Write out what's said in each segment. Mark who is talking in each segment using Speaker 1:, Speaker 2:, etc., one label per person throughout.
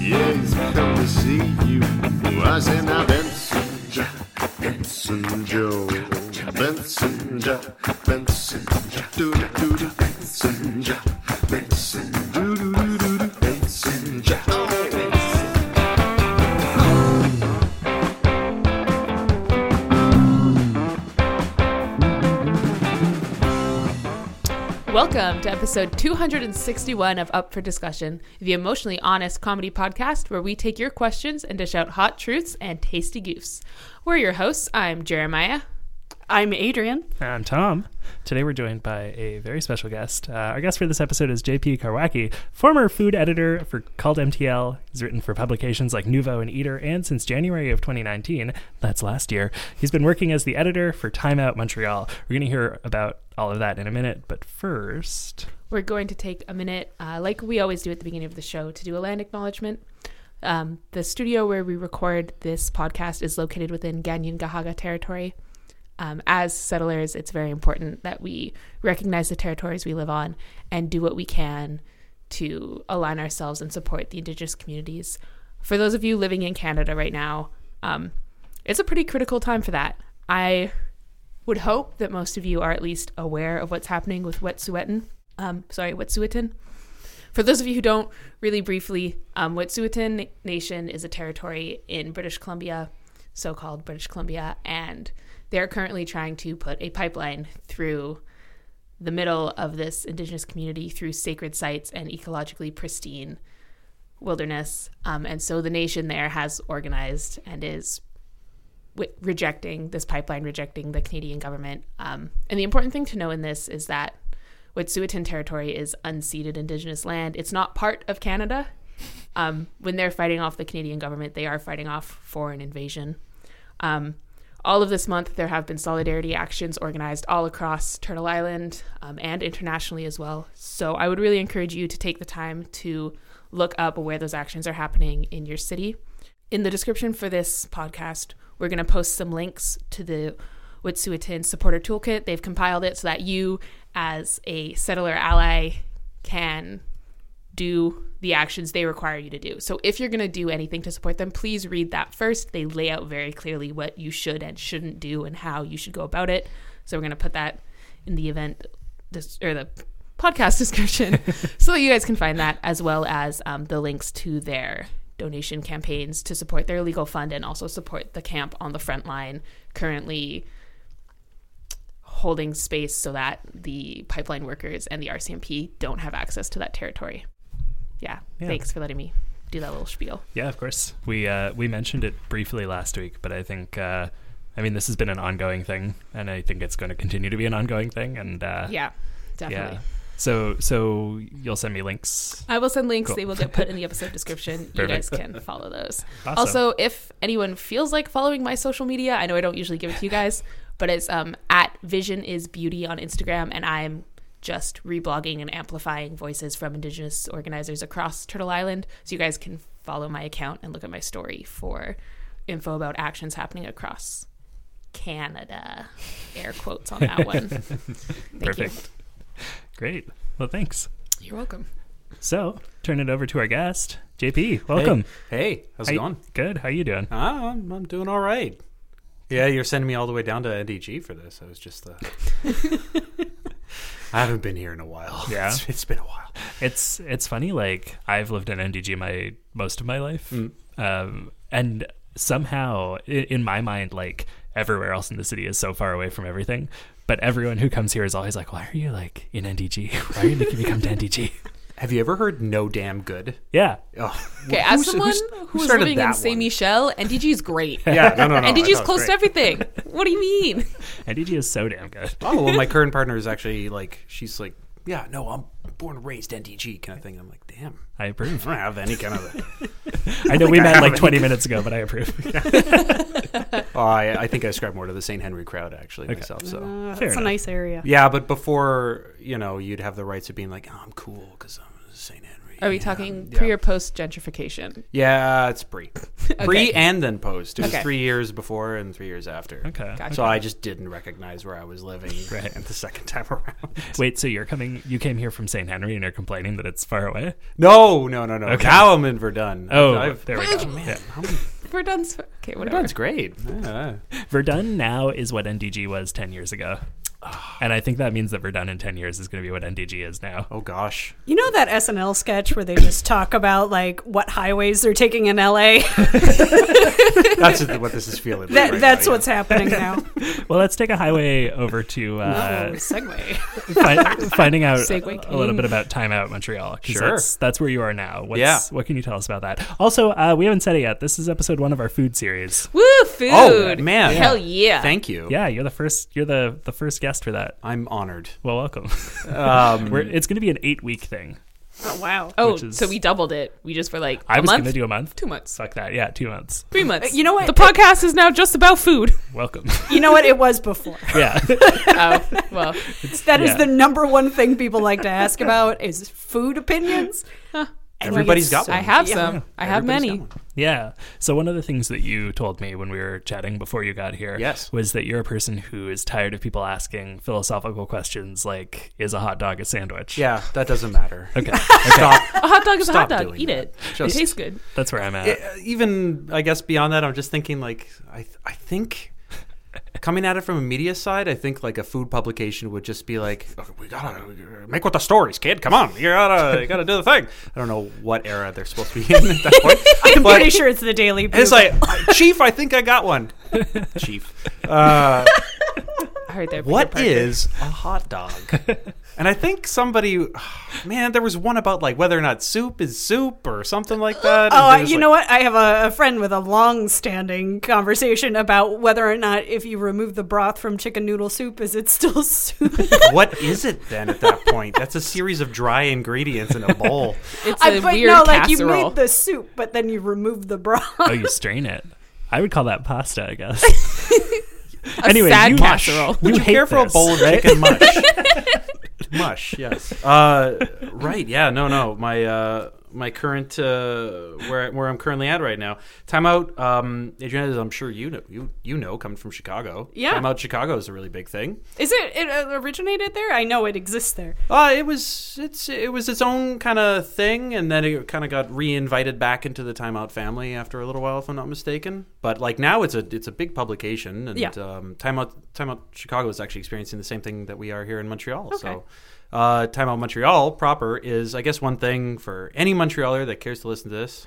Speaker 1: Yes, come to see you. I say now, Benson Jack, Benson Joe, Benson Jack, Benson Jack, do do do do, Benson Jack, Benson, do do do do do, Benson Jack. Oh, Benson.
Speaker 2: Welcome to episode 261 of Up for Discussion, the emotionally honest comedy podcast where we take your questions and dish out hot truths and tasty goofs. We're your hosts. I'm Jeremiah.
Speaker 3: I'm Adrian.
Speaker 4: I'm Tom. Today we're joined by a very special guest. Uh, our guest for this episode is JP Karwacki, former food editor for Called MTL. He's written for publications like Nouveau and Eater, and since January of 2019, that's last year, he's been working as the editor for Time Out Montreal. We're going to hear about all of that in a minute, but first,
Speaker 2: We're going to take a minute, uh, like we always do at the beginning of the show, to do a land acknowledgement. Um, the studio where we record this podcast is located within Ganyangahaga territory. Um, as settlers, it's very important that we recognize the territories we live on and do what we can to align ourselves and support the Indigenous communities. For those of you living in Canada right now, um, it's a pretty critical time for that. I would hope that most of you are at least aware of what's happening with Wet'suwet'en. Um, sorry, Wet'suwet'en. For those of you who don't, really briefly, um, Wet'suwet'en Nation is a territory in British Columbia, so called British Columbia, and they're currently trying to put a pipeline through the middle of this indigenous community through sacred sites and ecologically pristine wilderness. Um, and so the nation there has organized and is w- rejecting this pipeline, rejecting the Canadian government. Um, and the important thing to know in this is that Wet'suwet'en territory is unceded Indigenous land. It's not part of Canada. Um, when they're fighting off the Canadian government, they are fighting off foreign invasion. Um, all of this month, there have been solidarity actions organized all across Turtle Island um, and internationally as well. So I would really encourage you to take the time to look up where those actions are happening in your city. In the description for this podcast, we're going to post some links to the Wet'suwet'en Supporter Toolkit. They've compiled it so that you, as a settler ally, can do the actions they require you to do. So if you're going to do anything to support them, please read that first. They lay out very clearly what you should and shouldn't do and how you should go about it. So we're going to put that in the event dis- or the podcast description so that you guys can find that as well as um, the links to their donation campaigns to support their legal fund and also support the camp on the front line currently holding space so that the pipeline workers and the RCMP don't have access to that territory. Yeah.
Speaker 4: Yeah.
Speaker 2: Thanks for letting me do that little spiel.
Speaker 4: yeah, of course, we uh, we mentioned it briefly last week, but I think. Uh, I mean, this has been an ongoing thing, and I think it's going to continue to be an ongoing thing. And uh,
Speaker 2: Yeah, definitely.
Speaker 4: yeah. So, so you'll send me links
Speaker 2: I will send links.
Speaker 4: Cool.
Speaker 2: They will get put in the episode description. you guys
Speaker 4: Perfect.
Speaker 2: can follow those.
Speaker 4: Awesome.
Speaker 2: Also, if anyone feels like following my social media, I know I don't usually give it to you guys, but it's um, at Vision is Beauty on Instagram, and I'm just reblogging and amplifying voices from Indigenous organizers across Turtle Island. So you guys can follow my account and look at my story for info about actions happening across Canada. Air quotes on that one. Thank
Speaker 4: Perfect. Great. Well, thanks.
Speaker 2: you. You're welcome.
Speaker 4: So, turn it over to our guest, JP. Welcome.
Speaker 5: Hey, hey, how's
Speaker 4: How
Speaker 5: it
Speaker 4: you-
Speaker 5: going?
Speaker 4: Good. How you doing?
Speaker 5: Ah, I'm, I'm doing all right. Yeah, you're sending me all the way down to NDG for this. I was just. Uh, I haven't been here in a while.
Speaker 4: Yeah.
Speaker 5: It's- it's been a while.
Speaker 4: It's it's funny. Like I've lived in NDG my most of my life,
Speaker 3: Mm.
Speaker 4: um, and somehow in, in my mind, like everywhere else in the city is so far away from everything. But everyone who comes here is always like, "Why are you like in NDG? Why are you making me come to NDG?"
Speaker 5: Have you ever heard "No Damn Good"?
Speaker 4: Yeah,
Speaker 5: Oh,
Speaker 2: Okay,
Speaker 5: who-
Speaker 2: as
Speaker 5: who's-
Speaker 2: someone
Speaker 5: who's-
Speaker 2: who was
Speaker 5: started
Speaker 2: living in
Speaker 5: that
Speaker 2: Saint
Speaker 5: one?
Speaker 2: Michel, NDG is great.
Speaker 5: Yeah, no, no, no.
Speaker 2: NDG
Speaker 5: no,
Speaker 2: is
Speaker 5: it's
Speaker 2: close
Speaker 5: great.
Speaker 2: to everything. What do you mean?
Speaker 4: NDG is so damn good.
Speaker 5: Oh well, my current partner is actually like, she's like, yeah, no, I'm born and raised NDG kind of thing. I'm like, damn,
Speaker 4: I
Speaker 5: I
Speaker 4: approve.
Speaker 5: don't have any kind of.
Speaker 4: I know we
Speaker 5: I
Speaker 4: met
Speaker 5: have
Speaker 4: like
Speaker 5: any-
Speaker 4: 20 minutes ago, but I approve.
Speaker 5: Oh, I, I think I ascribe more to the Saint Henry crowd actually myself. So
Speaker 3: Uh,
Speaker 4: Fair
Speaker 3: that's a
Speaker 4: enough.
Speaker 3: nice area.
Speaker 5: Yeah, but before you know, you'd have the rights of being like, oh, "I'm cool because I'm St. Henry.
Speaker 2: Are we
Speaker 5: Yeah,
Speaker 2: talking
Speaker 5: yeah.
Speaker 2: pre or post gentrification?
Speaker 5: Yeah, it's pre. Pre
Speaker 2: Okay.
Speaker 5: and then post. It was
Speaker 2: Okay.
Speaker 5: three years before and three years after.
Speaker 4: Okay.
Speaker 2: Gotcha.
Speaker 5: So I just didn't recognize where I was living
Speaker 4: Right.
Speaker 5: at the second time around.
Speaker 4: Wait, so you're coming? You came here from St. Henry, and you're complaining that it's far away?
Speaker 5: No, no, no, no.
Speaker 4: Okay.
Speaker 5: Now I'm in Verdun.
Speaker 4: Oh,
Speaker 5: I've,
Speaker 4: there we go.
Speaker 5: Oh, man,
Speaker 4: Yeah.
Speaker 5: how many-
Speaker 2: Verdun's okay, whatever.
Speaker 5: Verdun's great. Yeah.
Speaker 4: Verdun now is what NDG was 10 years ago. And I think that means that Verdun in 10 years is going to be what NDG is now.
Speaker 5: Oh gosh.
Speaker 3: You know that SNL sketch where they just talk about like what highways they're taking in LA?
Speaker 5: That's what this is feeling. like
Speaker 3: That,
Speaker 5: right
Speaker 3: that's
Speaker 5: now,
Speaker 3: what's happening now.
Speaker 4: Well, let's take a highway over to
Speaker 2: Oh,
Speaker 4: uh,
Speaker 2: segue.
Speaker 4: fi- finding out a
Speaker 2: Segue
Speaker 4: little
Speaker 2: king.
Speaker 4: bit about Time Out Montreal. 'cause
Speaker 5: Sure.
Speaker 4: That's, that's where you are now. What's,
Speaker 5: Yeah.
Speaker 4: What can you tell us about that? Also, uh, we haven't said it yet. This is episode one of our food series.
Speaker 2: Woo, food.
Speaker 5: Oh man.
Speaker 2: Hell yeah.
Speaker 5: Thank you.
Speaker 4: Yeah, you're the first. You're the the first guest for that.
Speaker 5: I'm honored.
Speaker 4: Well, welcome.
Speaker 5: Um,
Speaker 4: We're, it's going to be an eight week thing.
Speaker 3: Oh, wow.
Speaker 2: oh,
Speaker 4: which is-
Speaker 2: so we doubled it. We just were like,
Speaker 4: I
Speaker 2: a
Speaker 4: was
Speaker 2: month?
Speaker 4: going to do a month.
Speaker 2: two months,
Speaker 4: Fuck that. Yeah, two months.
Speaker 2: three months.
Speaker 3: Uh, you know what?
Speaker 2: The podcast is now just about food.
Speaker 4: Welcome.
Speaker 3: You know what? It was before.
Speaker 4: yeah.
Speaker 2: oh, well,
Speaker 3: That is
Speaker 4: Yeah.
Speaker 3: the number one thing people like to ask about is food opinions.
Speaker 5: Everybody's got
Speaker 2: I
Speaker 5: one.
Speaker 2: have
Speaker 3: Yeah.
Speaker 2: some. I have
Speaker 5: Everybody's
Speaker 2: many.
Speaker 5: got one.
Speaker 4: Yeah. So one of the things that you told me when we were chatting before you got here
Speaker 5: Yes.
Speaker 4: was that you're a person who is tired of people asking philosophical questions like is a hot dog a sandwich?
Speaker 5: Yeah, that doesn't matter.
Speaker 4: Okay.
Speaker 5: Stop.
Speaker 2: A hot dog is a hot
Speaker 5: Stop
Speaker 2: dog.
Speaker 5: doing
Speaker 2: Eat
Speaker 5: that.
Speaker 2: it.
Speaker 5: Just-
Speaker 2: it tastes good.
Speaker 4: That's where I'm at.
Speaker 5: Uh, even I guess beyond that, I'm just thinking like I th- I think coming at it from a media side, I think like a food publication would just be like, "Okay, we gotta make what the stories, kid. Come on, you gotta you gotta do the thing. I don't know what era they're supposed to be in at that point.
Speaker 3: I'm
Speaker 5: But-
Speaker 3: pretty sure it's the Daily Bugle.
Speaker 5: It's like, "Uh, Chief, I think I got one. Chief, uh,
Speaker 2: I heard that.
Speaker 5: what is a hot dog? And I think somebody, man, there was one about like whether or not soup is soup or something like that. And
Speaker 3: Oh, I-
Speaker 5: there's,
Speaker 3: you
Speaker 5: like-
Speaker 3: know what? I have a, a friend with a long-standing conversation about whether or not if you remove the broth from chicken noodle soup, is it still soup?
Speaker 5: what is it then at that point? That's a series of dry ingredients in a bowl.
Speaker 2: It's
Speaker 3: I
Speaker 2: a
Speaker 3: but
Speaker 2: weird
Speaker 3: no, like you
Speaker 2: casserole.
Speaker 3: made the soup, but then you removed the broth.
Speaker 4: oh, you strain it. I would call that pasta, I guess.
Speaker 2: a sad casserole.
Speaker 4: You
Speaker 5: Would you
Speaker 4: hate
Speaker 5: care for a
Speaker 4: this,
Speaker 5: bowl of
Speaker 4: right?
Speaker 5: chicken mush? mush, yes. Uh, right, yeah, no, no. My uh, my current uh, where where I'm currently at right now. Timeout, um, Adriana, as I'm sure you know, you you know, coming from Chicago.
Speaker 3: Yeah.
Speaker 5: Timeout Chicago is a really big thing.
Speaker 3: Is it? It uh, originated there. I know it exists there.
Speaker 5: Uh, it was it's it was its own kind of thing, and then it kind of got reinvited back into the Time Out family after a little while, if I'm not mistaken. But like now, it's a it's a big publication, and
Speaker 3: Yeah.
Speaker 5: um, Time Out Time Out Chicago is actually experiencing the same thing that we are here in Montreal.
Speaker 3: Okay.
Speaker 5: So, uh, Time Out Montreal proper is, I guess, one thing for any Montrealer that cares to listen to this.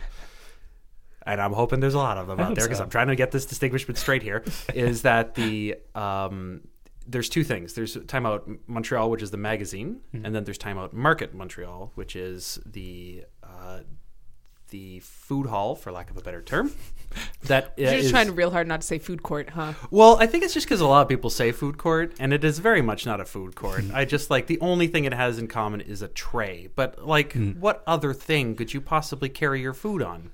Speaker 5: And I'm hoping there's a lot of them out
Speaker 4: hope
Speaker 5: there because
Speaker 4: so.
Speaker 5: I'm trying to get this distinguishment straight here. is that the um, there's two things. There's Time Out Montreal, which is the magazine,
Speaker 2: Mm-hmm.
Speaker 5: and then there's Time Out Market Montreal, which is the uh, the food hall, for lack of a better term. That uh,
Speaker 2: You're just
Speaker 5: is-
Speaker 2: trying real hard not to say food court, huh?
Speaker 5: well, I think it's just because a lot of people say food court, and it is very much not a food court.
Speaker 2: Mm-hmm.
Speaker 5: I just like the only thing it has in common is a tray. But like,
Speaker 2: Mm.
Speaker 5: what other thing could you possibly carry your food on?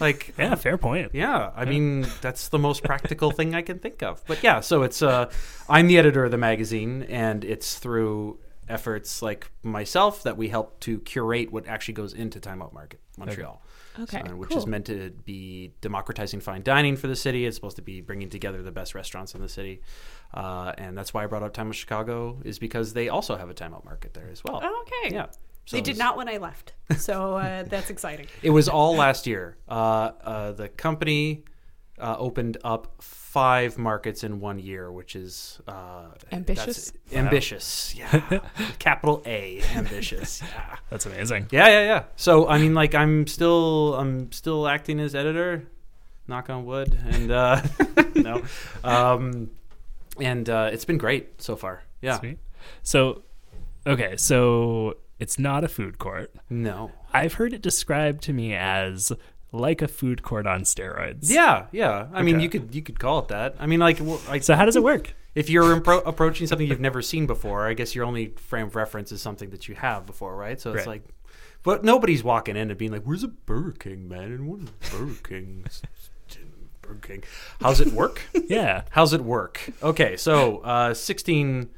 Speaker 5: Like,
Speaker 4: Yeah, fair point.
Speaker 5: yeah, I mean that's the most practical thing I can think of. But yeah, so it's uh, I'm the editor of the magazine, and it's through efforts like myself that we help to curate what actually goes into Time Out Market Montreal.
Speaker 2: Okay,
Speaker 5: So, which
Speaker 2: cool.
Speaker 5: is meant to be democratizing fine dining for the city. It's supposed to be bringing together the best restaurants in the city, uh, and that's why I brought up Time Out Chicago is because they also have a Time Out Market there as well.
Speaker 3: Oh, okay.
Speaker 5: Yeah. So
Speaker 3: they did
Speaker 5: it's-
Speaker 3: not when I left, so uh, that's exciting.
Speaker 5: it was all last year. Uh, uh, the company uh, opened up five markets in one year, which is uh,
Speaker 2: Ambitious?
Speaker 5: that's- Ambitious, yeah. Capital A, ambitious. Yeah.
Speaker 4: That's amazing.
Speaker 5: yeah, yeah, yeah. So I mean, like, I'm still, I'm still acting as editor. Knock on wood, and uh, no, um, and uh, it's been great so far. Yeah,
Speaker 4: Sweet. So, okay, so it's not a food court.
Speaker 5: no.
Speaker 4: I've heard it described to me as like a food court on steroids.
Speaker 5: Yeah, yeah. I mean,
Speaker 4: Okay.
Speaker 5: you could you could call it that. I mean, like, well, I,
Speaker 4: So how does it work?
Speaker 5: If you're impro- approaching something you've never seen before, I guess your only frame of reference is something that you have before, right? So it's
Speaker 4: Right.
Speaker 5: like, but nobody's walking in and being like, "Where's a Burger King, man? And what is Burger King? Burger King? How's it work?
Speaker 4: Yeah.
Speaker 5: How's it work? Okay, so uh, 16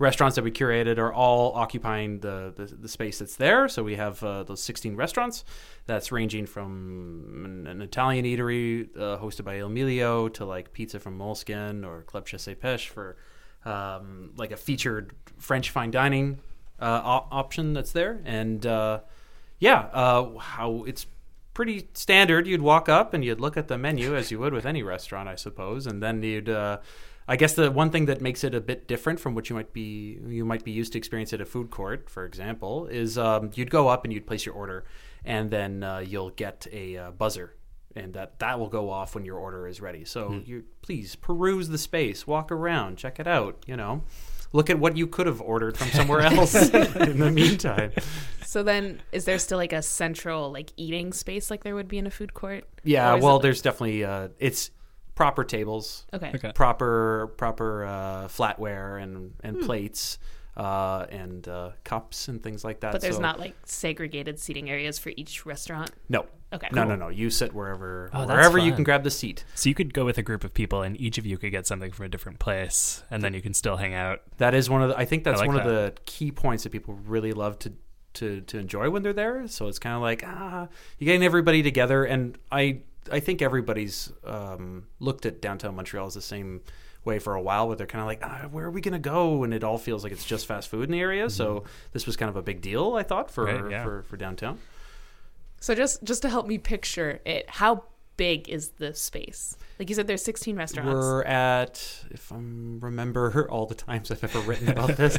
Speaker 5: restaurants that we curated are all occupying the, the, the space that's there. So we have uh, those 16 restaurants that's ranging from an, an Italian eatery uh, hosted by Il Milio to like pizza from Moleskin or Club Chasse Pêche for um, like a featured French fine dining uh, op- option that's there. And uh, yeah, uh, how it's pretty standard. You'd walk up and you'd look at the menu as you would with any restaurant, I suppose, and then you'd. Uh, I guess the one thing that makes it a bit different from what you might be you might be used to experience at a food court, for example, is um, you'd go up and you'd place your order, and then uh, you'll get a uh, buzzer and that that will go off when your order is ready. So you please peruse the space, walk around, check it out. You know, look at what you could have ordered from somewhere else in the meantime.
Speaker 2: So then, is there still like a central like eating space like there would be in a food court?
Speaker 5: Yeah,
Speaker 2: Or is
Speaker 5: well,
Speaker 2: it-
Speaker 5: there's definitely uh, it's proper tables,
Speaker 2: okay.
Speaker 4: Okay.
Speaker 5: proper proper uh, flatware and and
Speaker 2: Hmm.
Speaker 5: plates. Uh, and uh, cups and things like that.
Speaker 2: But there's
Speaker 5: So-
Speaker 2: not like segregated seating areas for each restaurant.
Speaker 5: no,
Speaker 2: Okay.
Speaker 5: no,
Speaker 2: Cool.
Speaker 5: no, no. You sit wherever
Speaker 4: Oh, that's
Speaker 5: wherever you
Speaker 4: fun.
Speaker 5: can grab the seat.
Speaker 4: So you could go with a group of people, and each of you could get something from a different place, and then you can still hang out.
Speaker 5: That is one of the, I think that's
Speaker 4: like
Speaker 5: one of the
Speaker 4: that.
Speaker 5: key points that people really love to to to enjoy when they're there. So it's kind of like ah, you're getting everybody together, and I I think everybody's um, looked at downtown Montreal as the same way for a while, where they're kind of like, ah, where are we gonna go? And it all feels like it's just fast food in the area. So this was kind of a big deal, I thought, for
Speaker 4: Mm-hmm. Right, yeah.
Speaker 5: for, for downtown.
Speaker 2: So just just to help me picture it, how big is the space? Like you said, there's 16 restaurants.
Speaker 5: We're at, if I remember all the times I've ever written about this,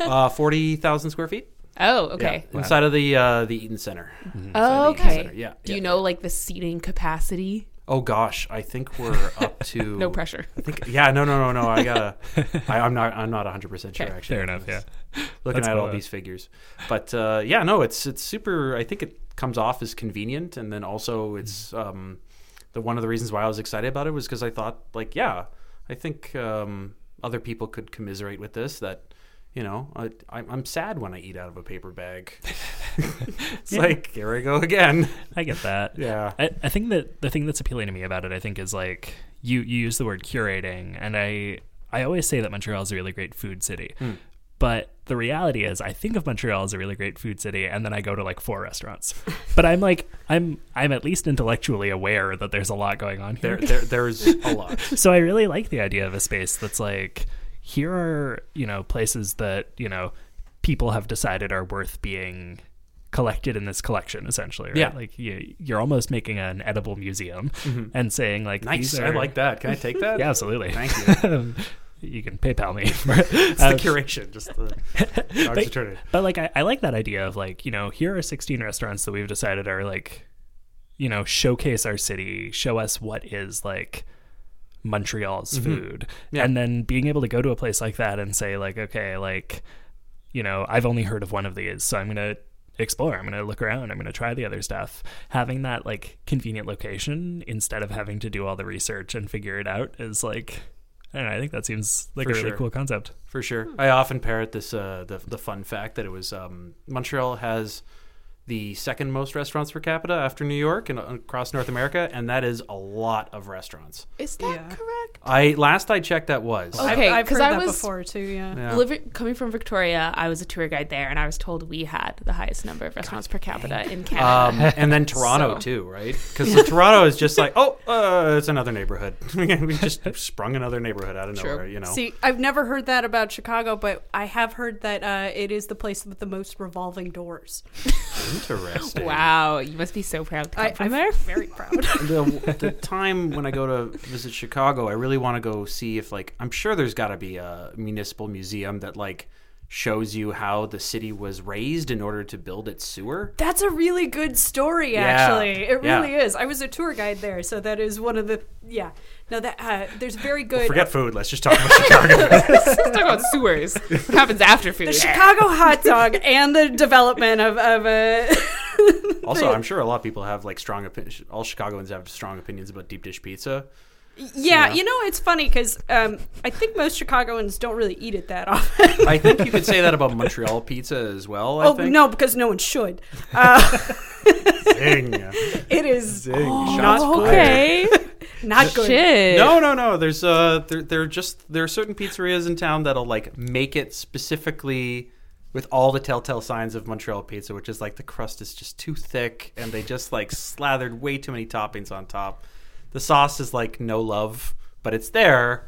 Speaker 5: uh, forty thousand square feet.
Speaker 2: oh,
Speaker 5: Yeah,
Speaker 2: okay.
Speaker 5: inside of the uh, the Eaton Center.
Speaker 2: Oh,
Speaker 5: Inside the Eaton
Speaker 2: okay.
Speaker 5: Center, Yeah.
Speaker 2: Do
Speaker 5: yeah,
Speaker 2: you
Speaker 5: yeah.
Speaker 2: know like the seating capacity?
Speaker 5: Oh gosh, I think we're up to
Speaker 2: No pressure.
Speaker 5: I think yeah, no, no, no, no. I gotta. I, I'm not. I'm not 100 percent sure.
Speaker 2: Okay.
Speaker 5: Actually,
Speaker 4: Fair enough. Yeah.
Speaker 5: looking
Speaker 4: That's
Speaker 5: at
Speaker 4: cool,
Speaker 5: all
Speaker 4: though.
Speaker 5: these figures, but uh, yeah, no, it's it's super. I think it comes off as convenient, and then
Speaker 2: Mm-hmm.
Speaker 5: also it's um, the one of the reasons why I was excited about it was because I thought like yeah, I think um, other people could commiserate with this that. You know, I, I'm I'm sad when I eat out of a paper bag. it's like here I go again.
Speaker 4: I get that.
Speaker 5: Yeah.
Speaker 4: I, I think that the thing that's appealing to me about it, I think, is like you you use the word curating, and I I always say that Montreal is a really great food city, but the reality is I think of Montreal as a really great food city, and then I go to like four restaurants, but I'm like I'm I'm at least intellectually aware that there's a lot going on here.
Speaker 5: There, there there's a lot.
Speaker 4: so I really like the idea of a space that's like here are you know places that you know people have decided are worth being collected in this collection essentially right
Speaker 5: Yeah. Mm-hmm.
Speaker 4: like you, you're almost making an edible museum and saying like
Speaker 5: Nice.
Speaker 4: these
Speaker 5: I
Speaker 4: are-
Speaker 5: like that. Can I take that?
Speaker 4: yeah absolutely
Speaker 5: Thank you.
Speaker 4: you can paypal me for it.
Speaker 5: It's
Speaker 4: Um,
Speaker 5: the curation, just the dogs
Speaker 4: But-
Speaker 5: returning.
Speaker 4: But like I, I like that idea of like, you know, here are sixteen restaurants that we've decided are like, you know, showcase our city, show us what is like Montreal's food.
Speaker 5: Mm-hmm. Yeah.
Speaker 4: And then being able to go to a place like that and say, like, okay, like, you know, I've only heard of one of these, so I'm gonna explore, I'm gonna look around, I'm gonna try the other stuff. Having that like convenient location instead of having to do all the research and figure it out is like I don't know, I think that seems like
Speaker 5: For
Speaker 4: a really
Speaker 5: sure.
Speaker 4: cool concept.
Speaker 5: For sure. I often parrot this uh, the the fun fact that it was um, Montreal has the second most restaurants per capita after New York and uh, across North America, and that is a lot of restaurants.
Speaker 2: Is that
Speaker 3: Yeah.
Speaker 2: correct?
Speaker 5: I last I checked, that was.
Speaker 2: Oh. Okay,
Speaker 3: I've, I've
Speaker 2: 'cause
Speaker 3: heard
Speaker 2: I
Speaker 3: that
Speaker 2: was-
Speaker 3: before too. Yeah.
Speaker 5: Yeah.
Speaker 2: Living, coming from Victoria, I was a tour guide there, and I was told we had the highest number of restaurants per capita in Canada.
Speaker 5: Um, and then Toronto
Speaker 2: So-
Speaker 5: too, right? Because Toronto is just like, oh, uh, it's another neighborhood. we just sprung another neighborhood out of
Speaker 2: True.
Speaker 5: nowhere, you know.
Speaker 3: See, I've never heard that about Chicago, but I have heard that uh, it is the place with the most revolving doors.
Speaker 5: Interesting.
Speaker 2: wow, you must be so proud to come
Speaker 3: I,
Speaker 2: from
Speaker 3: I'm
Speaker 2: there.
Speaker 3: very proud.
Speaker 5: the, the time when I go to visit Chicago, I really want to go see if like I'm sure there's got to be a municipal museum that like shows you how the city was raised in order to build its sewer.
Speaker 3: That's a really good story,
Speaker 5: Yeah.
Speaker 3: actually. It
Speaker 5: Yeah.
Speaker 3: really is. I was a tour guide there, so that is one of the yeah. No, that uh, there's very good.
Speaker 5: Forget food. Let's just talk about Chicago.
Speaker 2: Let's talk about sewers. It happens after food.
Speaker 3: the Chicago hot dog and the development of of uh, a
Speaker 5: also, I'm sure a lot of people have like strong opinions. All Chicagoans have strong opinions about deep dish pizza.
Speaker 3: yeah.
Speaker 5: Yeah.
Speaker 3: You know, it's funny because um, I think most Chicagoans don't really eat it that often.
Speaker 5: I think you could say that about Montreal pizza as well. I
Speaker 3: oh
Speaker 5: think.
Speaker 3: no, because no one should. Uh,
Speaker 5: Dang.
Speaker 3: it is
Speaker 5: Dang.
Speaker 3: not
Speaker 5: Shots fired.
Speaker 2: okay.
Speaker 3: Not good.
Speaker 2: Shit.
Speaker 5: No, no, no. There's uh, there, there are just there are certain pizzerias in town that'll like make it specifically with all the telltale signs of Montreal pizza, which is like the crust is just too thick, and they just like slathered way too many toppings on top. The sauce is like no love, but it's there.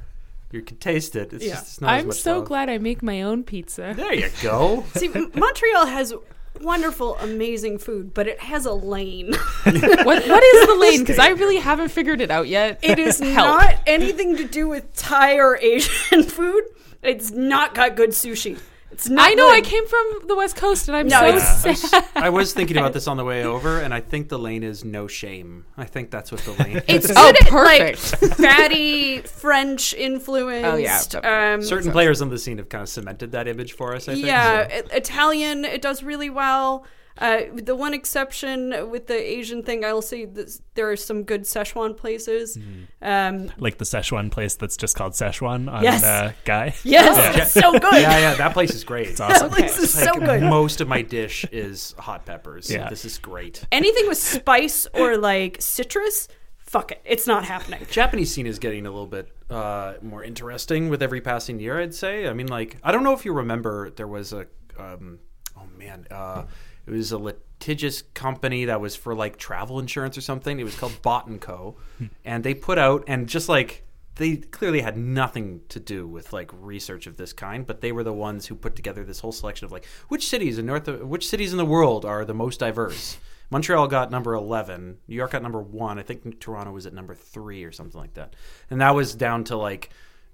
Speaker 5: You can taste it. It's
Speaker 3: Yeah.
Speaker 5: just it's not as
Speaker 2: I'm
Speaker 5: much
Speaker 2: so
Speaker 5: love.
Speaker 2: glad I make my own pizza.
Speaker 5: There you go.
Speaker 3: See, M- Montreal has wonderful, amazing food, but it has a lane.
Speaker 2: what, what is the lane? Because I really haven't figured it out yet.
Speaker 3: It is
Speaker 2: Help.
Speaker 3: not anything to do with Thai or Asian food. It's not got good sushi. It's not.
Speaker 2: I know I
Speaker 3: good.
Speaker 2: came from the West Coast and I'm
Speaker 3: No,
Speaker 2: so
Speaker 3: it's-
Speaker 5: I was, I was thinking about this on the way over, and I think the lane is no shame. I think that's what the lane. is.
Speaker 3: It's
Speaker 2: Oh,
Speaker 3: good at,
Speaker 2: perfect.
Speaker 3: Like, fatty French influenced.
Speaker 2: Oh, yeah, definitely.
Speaker 3: Um,
Speaker 5: Certain players on the scene have kind of cemented that image for us. I think.
Speaker 3: yeah, I- Italian. It does really well. Uh, the one exception with the Asian thing, I will say this, there are some good Szechuan places.
Speaker 5: Mm-hmm.
Speaker 3: Um,
Speaker 4: like the Szechuan place that's just called Szechuan on
Speaker 3: Yes.
Speaker 4: uh, Guy.
Speaker 3: yes,
Speaker 5: Yeah.
Speaker 3: it's so good.
Speaker 5: yeah, yeah, that place is great. It's
Speaker 4: awesome.
Speaker 3: That place is so good.
Speaker 5: Most of my dish is hot peppers.
Speaker 4: Yeah.
Speaker 5: This is great.
Speaker 3: Anything with spice or like citrus, fuck it, it's not happening.
Speaker 5: Japanese scene is getting a little bit uh, more interesting with every passing year, I'd say. I mean, like, I don't know if you remember, there was a, um, oh man, uh, it was a litigious company that was for like travel insurance or something. It was called Bot and Co.
Speaker 4: Hmm.
Speaker 5: and they put out, and just like, they clearly had nothing to do with like research of this kind, but they were the ones who put together this whole selection of like which cities in North, which cities in the world are the most diverse. Montreal got number 11. New York got number one. I think Toronto was at number three or something like that. And that was down to like,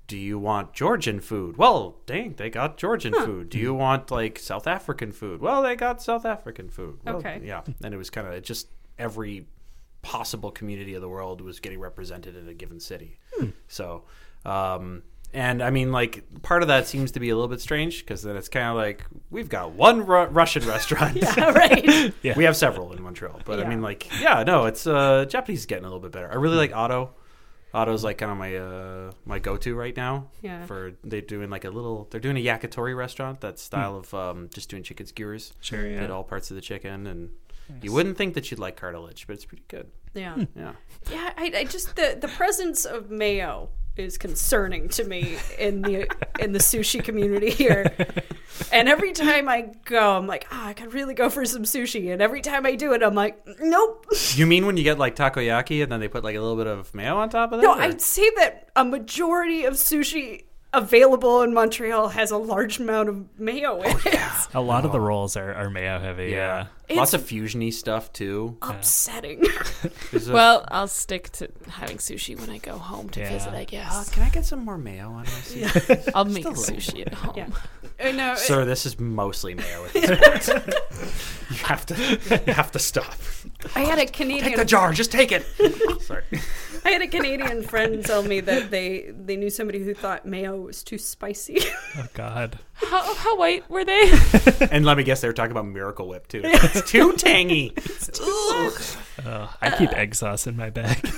Speaker 5: do you want Georgian food? Well, dang, they got Georgian food. Do you want like South African food? Well, they got South African food. Well,
Speaker 3: Okay.
Speaker 5: Yeah. And it was kind of just every possible community of the world was getting represented in a given city.
Speaker 3: Hmm.
Speaker 5: So, um, and I mean, like, part of that seems to be a little bit strange because then it's kind of like we've got one Ru- Russian restaurant.
Speaker 3: All right.
Speaker 5: We have several in Montreal, but I
Speaker 3: Yeah.
Speaker 5: mean, like, yeah, no, it's uh, Japanese is getting a little bit better. I really like Otto. Otto's like kind of my uh, my go to right now.
Speaker 3: Yeah.
Speaker 5: For they're doing like a little, they're doing a yakitori restaurant. That
Speaker 3: Hmm.
Speaker 5: style of um, just doing chicken skewers.
Speaker 4: Sure, yeah.
Speaker 5: Did all parts of the chicken, and you wouldn't think that you'd like cartilage, but it's pretty good.
Speaker 3: Yeah.
Speaker 5: Yeah.
Speaker 3: Yeah, I, I just the the presence of mayo is concerning to me in the in the sushi community here. And every time I go, I'm like, ah, I could really go for some sushi. And every time I do it, I'm like, nope.
Speaker 5: You mean when you get like takoyaki and then they put like a little bit of mayo on top of it?
Speaker 3: No,
Speaker 5: or-
Speaker 3: I'd say that a majority of sushi available in Montreal has a large amount of mayo in it. It's
Speaker 4: A lot of the rolls are, are mayo heavy.
Speaker 5: Oh. yeah. Lots of fusiony stuff too.
Speaker 3: upsetting.
Speaker 5: There's a-
Speaker 2: Well, I'll stick to having sushi when I go home to
Speaker 4: Yeah.
Speaker 2: visit, I
Speaker 5: Uh,
Speaker 2: guess.
Speaker 5: can I get some more mayo on my seat?
Speaker 2: I'll make
Speaker 5: Still like-
Speaker 2: sushi at home.
Speaker 3: Yeah. I know.
Speaker 5: Sir, this is mostly mayo. At this point. you have to, you have to stop.
Speaker 3: I had a Canadian
Speaker 5: Take the jar, just take it. Sorry.
Speaker 3: I had a Canadian friend tell me that they they knew somebody who thought mayo was too spicy.
Speaker 4: Oh, God.
Speaker 2: How, how white were they?
Speaker 5: And let me guess, they were talking about Miracle Whip too. It's too tangy.
Speaker 4: Oh, I keep egg sauce in my bag.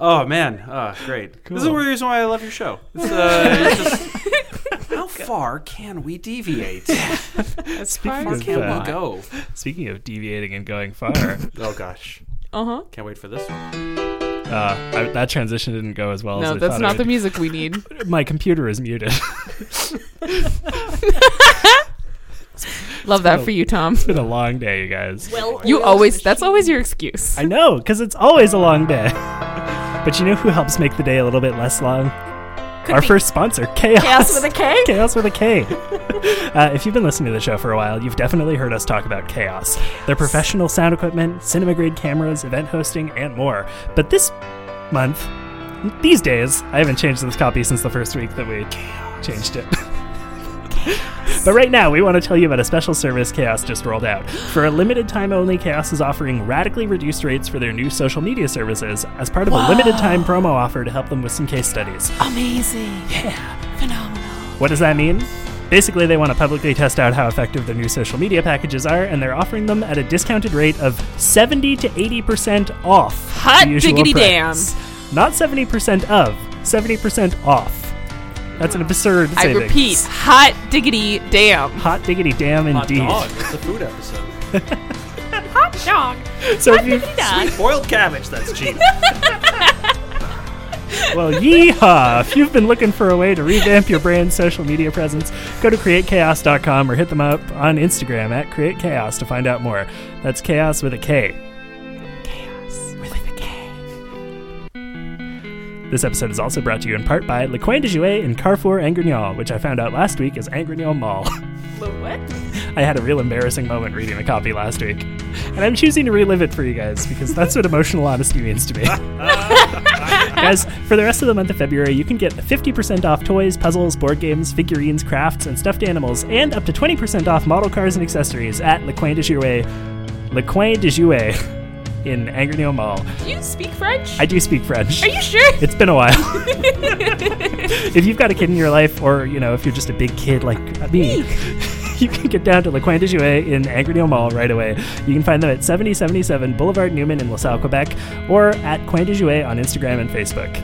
Speaker 5: Oh man, oh, great. This is the
Speaker 4: Cool.
Speaker 5: reason why I love your show. It's, uh, it's just- how far can we deviate? How
Speaker 2: as far
Speaker 4: of
Speaker 2: as
Speaker 5: can
Speaker 4: that-
Speaker 5: we go?
Speaker 4: Speaking of deviating and going far,
Speaker 5: Oh gosh,
Speaker 2: Uh huh.
Speaker 5: can't wait for this one.
Speaker 4: uh, I, that transition didn't go as well as
Speaker 2: No,
Speaker 4: I
Speaker 2: that's
Speaker 4: thought
Speaker 2: not
Speaker 4: it
Speaker 2: the music we need.
Speaker 4: would. My computer is muted. it's
Speaker 2: Love that for you, Tom.
Speaker 4: been a long day, you guys.
Speaker 3: well,
Speaker 2: You always, that's always your excuse.
Speaker 4: I know, because it's always a long day. But you know who helps make the day a little bit less long? Our first sponsor, Chaos.
Speaker 3: Chaos with a K?
Speaker 4: Chaos with a K. uh, if you've been listening to the show for a while, you've definitely heard us talk about Chaos. Their professional sound equipment, cinema grade cameras, event hosting, and more. But this month, these days, I haven't changed this copy since the first week that we changed it. But right now, we want to tell you about a special service Chaos just rolled out. For a limited time only, Chaos is offering radically reduced rates for their new social media services as part of a limited time promo offer to help them with some case studies.
Speaker 2: Amazing. Yeah. Phenomenal.
Speaker 4: What does that mean? Basically, they want to publicly test out how effective their new social media packages are, and they're offering them at a discounted rate of 70 to 80% off.
Speaker 2: Hot
Speaker 4: the usual
Speaker 2: diggity
Speaker 4: price. Not 70% of, 70% off. That's an absurd
Speaker 2: I
Speaker 4: savings.
Speaker 2: repeat, hot diggity damn.
Speaker 4: Hot diggity damn
Speaker 5: Hot
Speaker 4: indeed.
Speaker 5: dog. It's a food episode.
Speaker 2: hot dog.
Speaker 4: So if you,
Speaker 2: Yeah.
Speaker 6: Boiled cabbage, that's cheap.
Speaker 4: well, yeehaw! If you've been looking for a way to revamp your brand's social media presence, go to createchaos.com or hit them up on Instagram at createchaos to find out more. That's chaos with a K.
Speaker 2: Chaos with a K.
Speaker 4: This episode is also brought to you in part by Le Coin de Jouet in Carrefour Angrignan, which I found out last week is Angrignan Mall.
Speaker 2: What?
Speaker 4: I had a real embarrassing moment reading the copy last week. And I'm choosing to relive it for you guys because that's what emotional honesty means to me. guys, for the rest of the month of February, you can get 50% off toys, puzzles, board games, figurines, crafts, and stuffed animals, and up to 20% off model cars and accessories at Le Coin de Jouet. Le Coin de Jouet in Angrignon Mall.
Speaker 2: Do you speak French?
Speaker 4: I do speak French.
Speaker 2: Are you sure?
Speaker 4: It's been a while. if you've got a kid in your life, or you know, if you're just a big kid like me, you can get down to Le Coin de Jouet in Angrignon Mall right away. You can find them at 7077 Boulevard Newman in LaSalle, Quebec, or at Coin de Jouet on Instagram and Facebook.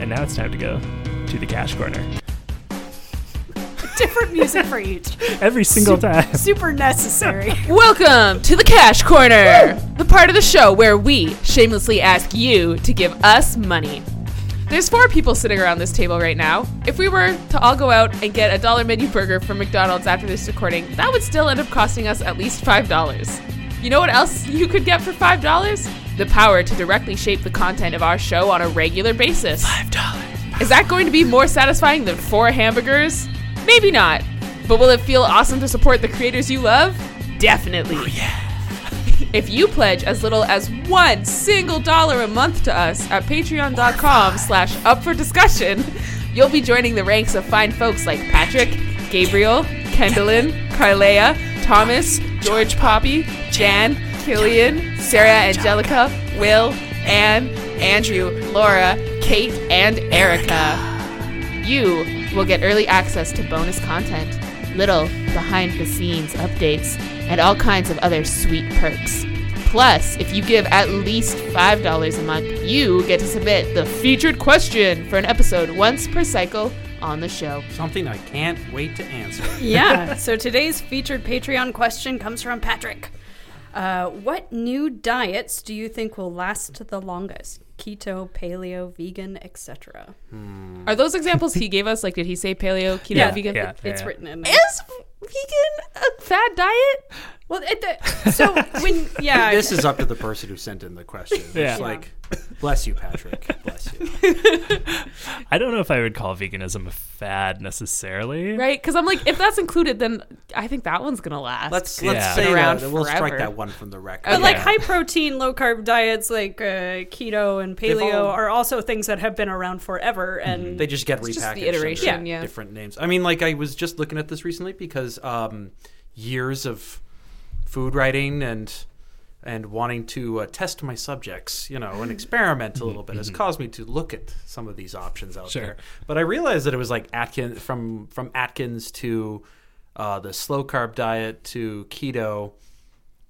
Speaker 4: And now it's time to go to the cash corner.
Speaker 3: Different music for each.
Speaker 4: Every single time.
Speaker 3: Super necessary.
Speaker 2: Welcome to the Cash Corner, the part of the show where we shamelessly ask you to give us money. There's four people sitting around this table right now. If we were to all go out and get a dollar menu burger from McDonald's after this recording, that would still end up costing us at least $5. You know what else you could get for $5? The power to directly shape the content of our show on a regular basis. Is that going to be more satisfying than four hamburgers? Maybe not. But will it feel awesome to support the creators you love? Definitely. if you pledge as little as one single dollar a month to us at patreon.com slash up for discussion, you'll be joining the ranks of fine folks like Patrick, Gabriel, Kendallin, Carlea, Thomas, George Poppy, Jan, Killian, Sarah Angelica, Will, Anne, Andrew, Laura, Kate, and Erica you will get early access to bonus content, little behind the scenes updates, and all kinds of other sweet perks. Plus, if you give at least $5 a month, you get to submit the featured question for an episode once per cycle on the show.
Speaker 5: Something I can't wait to answer.
Speaker 3: yeah. So today's featured Patreon question comes from Patrick. Uh, what new diets do you think will last the longest? Keto, paleo, vegan, etc.
Speaker 2: Are those examples he gave us? Like, did he say paleo, keto,
Speaker 4: Yeah,
Speaker 2: vegan?
Speaker 4: yeah.
Speaker 3: It's written in. There.
Speaker 2: Is vegan a fad diet?
Speaker 3: Well, it, the, so when yeah,
Speaker 5: This is up to the person who sent in the question. It's
Speaker 4: Yeah.
Speaker 5: like, bless you, Patrick. Bless you.
Speaker 4: I don't know if I would call veganism a fad necessarily.
Speaker 2: Right? Because I'm like, if that's included, then I think that one's going to last.
Speaker 5: Let's
Speaker 4: Yeah.
Speaker 5: let's
Speaker 4: Been
Speaker 5: say
Speaker 2: around
Speaker 5: that we'll strike
Speaker 2: forever.
Speaker 5: that one from the record.
Speaker 3: But like
Speaker 4: Yeah.
Speaker 3: high protein, low carb diets like uh, keto and paleo
Speaker 5: all-
Speaker 3: are also things that have been around forever, and
Speaker 5: They just get repackaged.
Speaker 2: It's just the
Speaker 5: under
Speaker 2: iteration, yeah.
Speaker 5: Different names. I mean, like I was just looking at this recently because um, years of food writing and and wanting to uh, test my subjects, you know, and experiment a little bit has caused me to look at some of these options out
Speaker 4: Sure.
Speaker 5: there. But I realized that it was like Atkins from from Atkins to uh, the slow carb diet to keto.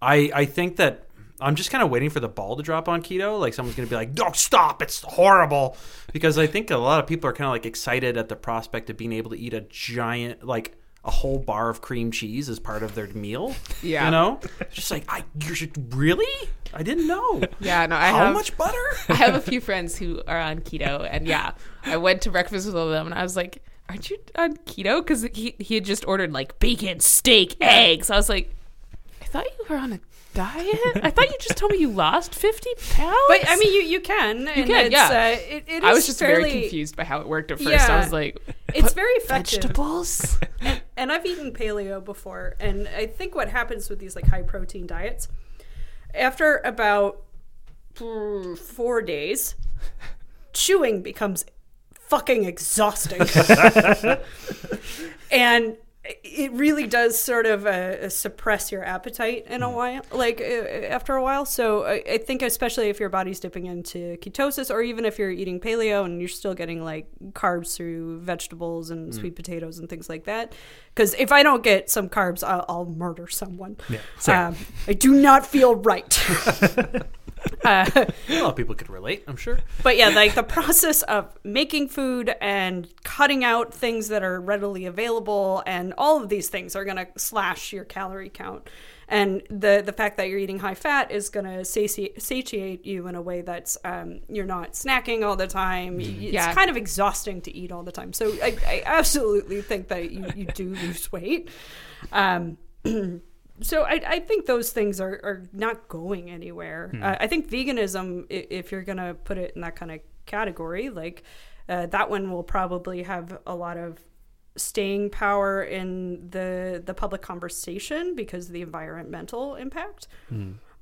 Speaker 5: I I think that I'm just kind of waiting for the ball to drop on keto. Like someone's going to be like, "No, stop! It's horrible," because I think a lot of people are kind of like excited at the prospect of being able to eat a giant like. A whole bar of cream cheese as part of their meal.
Speaker 2: Yeah.
Speaker 5: you know, just like I you should really. I didn't know.
Speaker 2: yeah, no, I
Speaker 5: How
Speaker 2: have.
Speaker 5: much butter?
Speaker 2: I have a few friends who are on keto, and yeah, I went to breakfast with all of them, and I was like, "Aren't you on keto?" Because he he had just ordered like bacon, steak, eggs. I was like, "I thought you were on a diet. I thought you just told me you lost fifty pounds."
Speaker 3: But I mean, you you can. You and
Speaker 2: can,
Speaker 3: it's,
Speaker 2: yeah.
Speaker 3: Uh, it, it
Speaker 2: I
Speaker 3: is
Speaker 2: was just
Speaker 3: fairly,
Speaker 2: very confused by how it worked at first. I
Speaker 3: Yeah.
Speaker 2: was like,
Speaker 3: It's
Speaker 2: "But
Speaker 3: very effective.
Speaker 2: vegetables."
Speaker 3: and I've eaten paleo before, and I think what happens with these like high protein diets, after about mm, four days, chewing becomes fucking exhausting, and it really does sort of uh, suppress your appetite in a while, like uh, after a while. So I, I think especially if your body's dipping into ketosis, or even if you're eating paleo and you're still getting like carbs through vegetables and sweet potatoes and things like that. Because if I don't get some carbs, I'll, I'll murder someone.
Speaker 4: same.
Speaker 3: Um, I do not feel right.
Speaker 5: a lot of people could relate, I'm sure.
Speaker 3: but yeah, like the process of making food and cutting out things that are readily available and and all of these things are going to slash your calorie count. And the the fact that you're eating high fat is going to satiate, satiate you in a way that's um, you're not snacking all the time. Y- It's
Speaker 2: Yeah.
Speaker 3: kind of exhausting to eat all the time. So I, I absolutely think that you, you do lose weight. Um, so I, I think those things are, are not going anywhere. Uh, I think veganism, i- if you're going to put it in that kind of category, like uh, that one will probably have a lot of staying power in the the public conversation because of the environmental impact.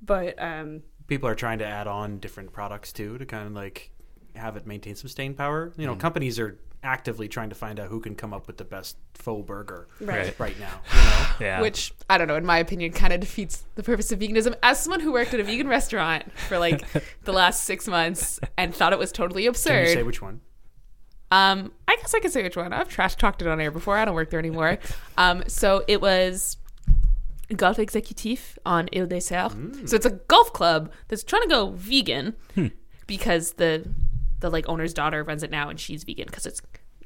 Speaker 3: But um,
Speaker 5: people are trying to add on different products too to kind of like have it maintain some staying power. You know, companies are actively trying to find out who can come up with the best faux burger
Speaker 3: Right.
Speaker 5: right, now. You know,
Speaker 4: Yeah.
Speaker 2: Which I don't know, in my opinion, kind of defeats the purpose of veganism. As someone who worked at a vegan restaurant for like the last six months and thought it was totally
Speaker 5: can you say
Speaker 2: absurd,
Speaker 5: which one?
Speaker 2: um, I guess I could say which one. I've trash talked it on air before. I don't work there anymore. Um, so it was Golf Executif on Ile des Serres. So it's a golf club that's trying to go vegan because the the like owner's daughter runs it now and she's vegan because it's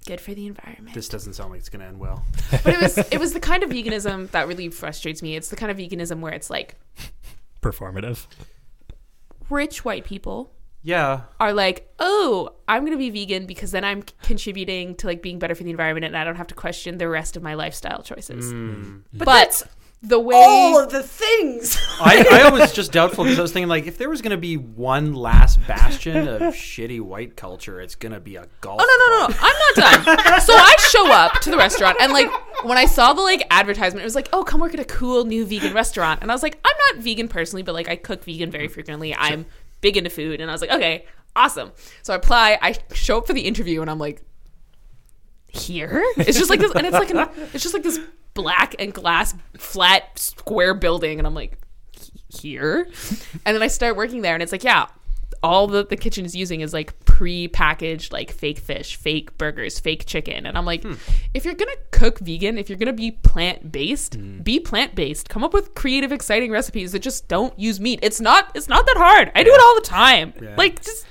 Speaker 2: good for the environment.
Speaker 5: This doesn't sound like it's going to end well.
Speaker 2: But it was it was the kind of veganism that really frustrates me. It's the kind of veganism where it's like
Speaker 4: Performative.
Speaker 2: rich white people
Speaker 5: Yeah,
Speaker 2: are like, oh, I'm going to be vegan because then I'm contributing to like being better for the environment and I don't have to question the rest of my lifestyle choices. But, the way
Speaker 3: all of the things.
Speaker 5: I, I was just doubtful because I was thinking like if there was going to be one last bastion of shitty white culture, it's going to be a golf.
Speaker 2: Oh no no no no! I'm not done. so I show up to the restaurant and like when I saw the like advertisement, it was like, oh, come work at a cool new vegan restaurant, and I was like, I'm not vegan personally, but like I cook vegan very frequently. I'm big into food, and I was like, okay, awesome. So I apply. I show up for the interview, and I'm like, here? It's just like this, and it's like an, it's just like this black and glass flat square building, and I'm like, here and then i start working there and it's like yeah all that the kitchen is using is like pre-packaged like fake fish fake burgers fake chicken and i'm like if you're gonna cook vegan if you're gonna be plant-based be plant-based come up with creative exciting recipes that just don't use meat it's not it's not that hard i do it all the time
Speaker 5: Yeah.
Speaker 2: like just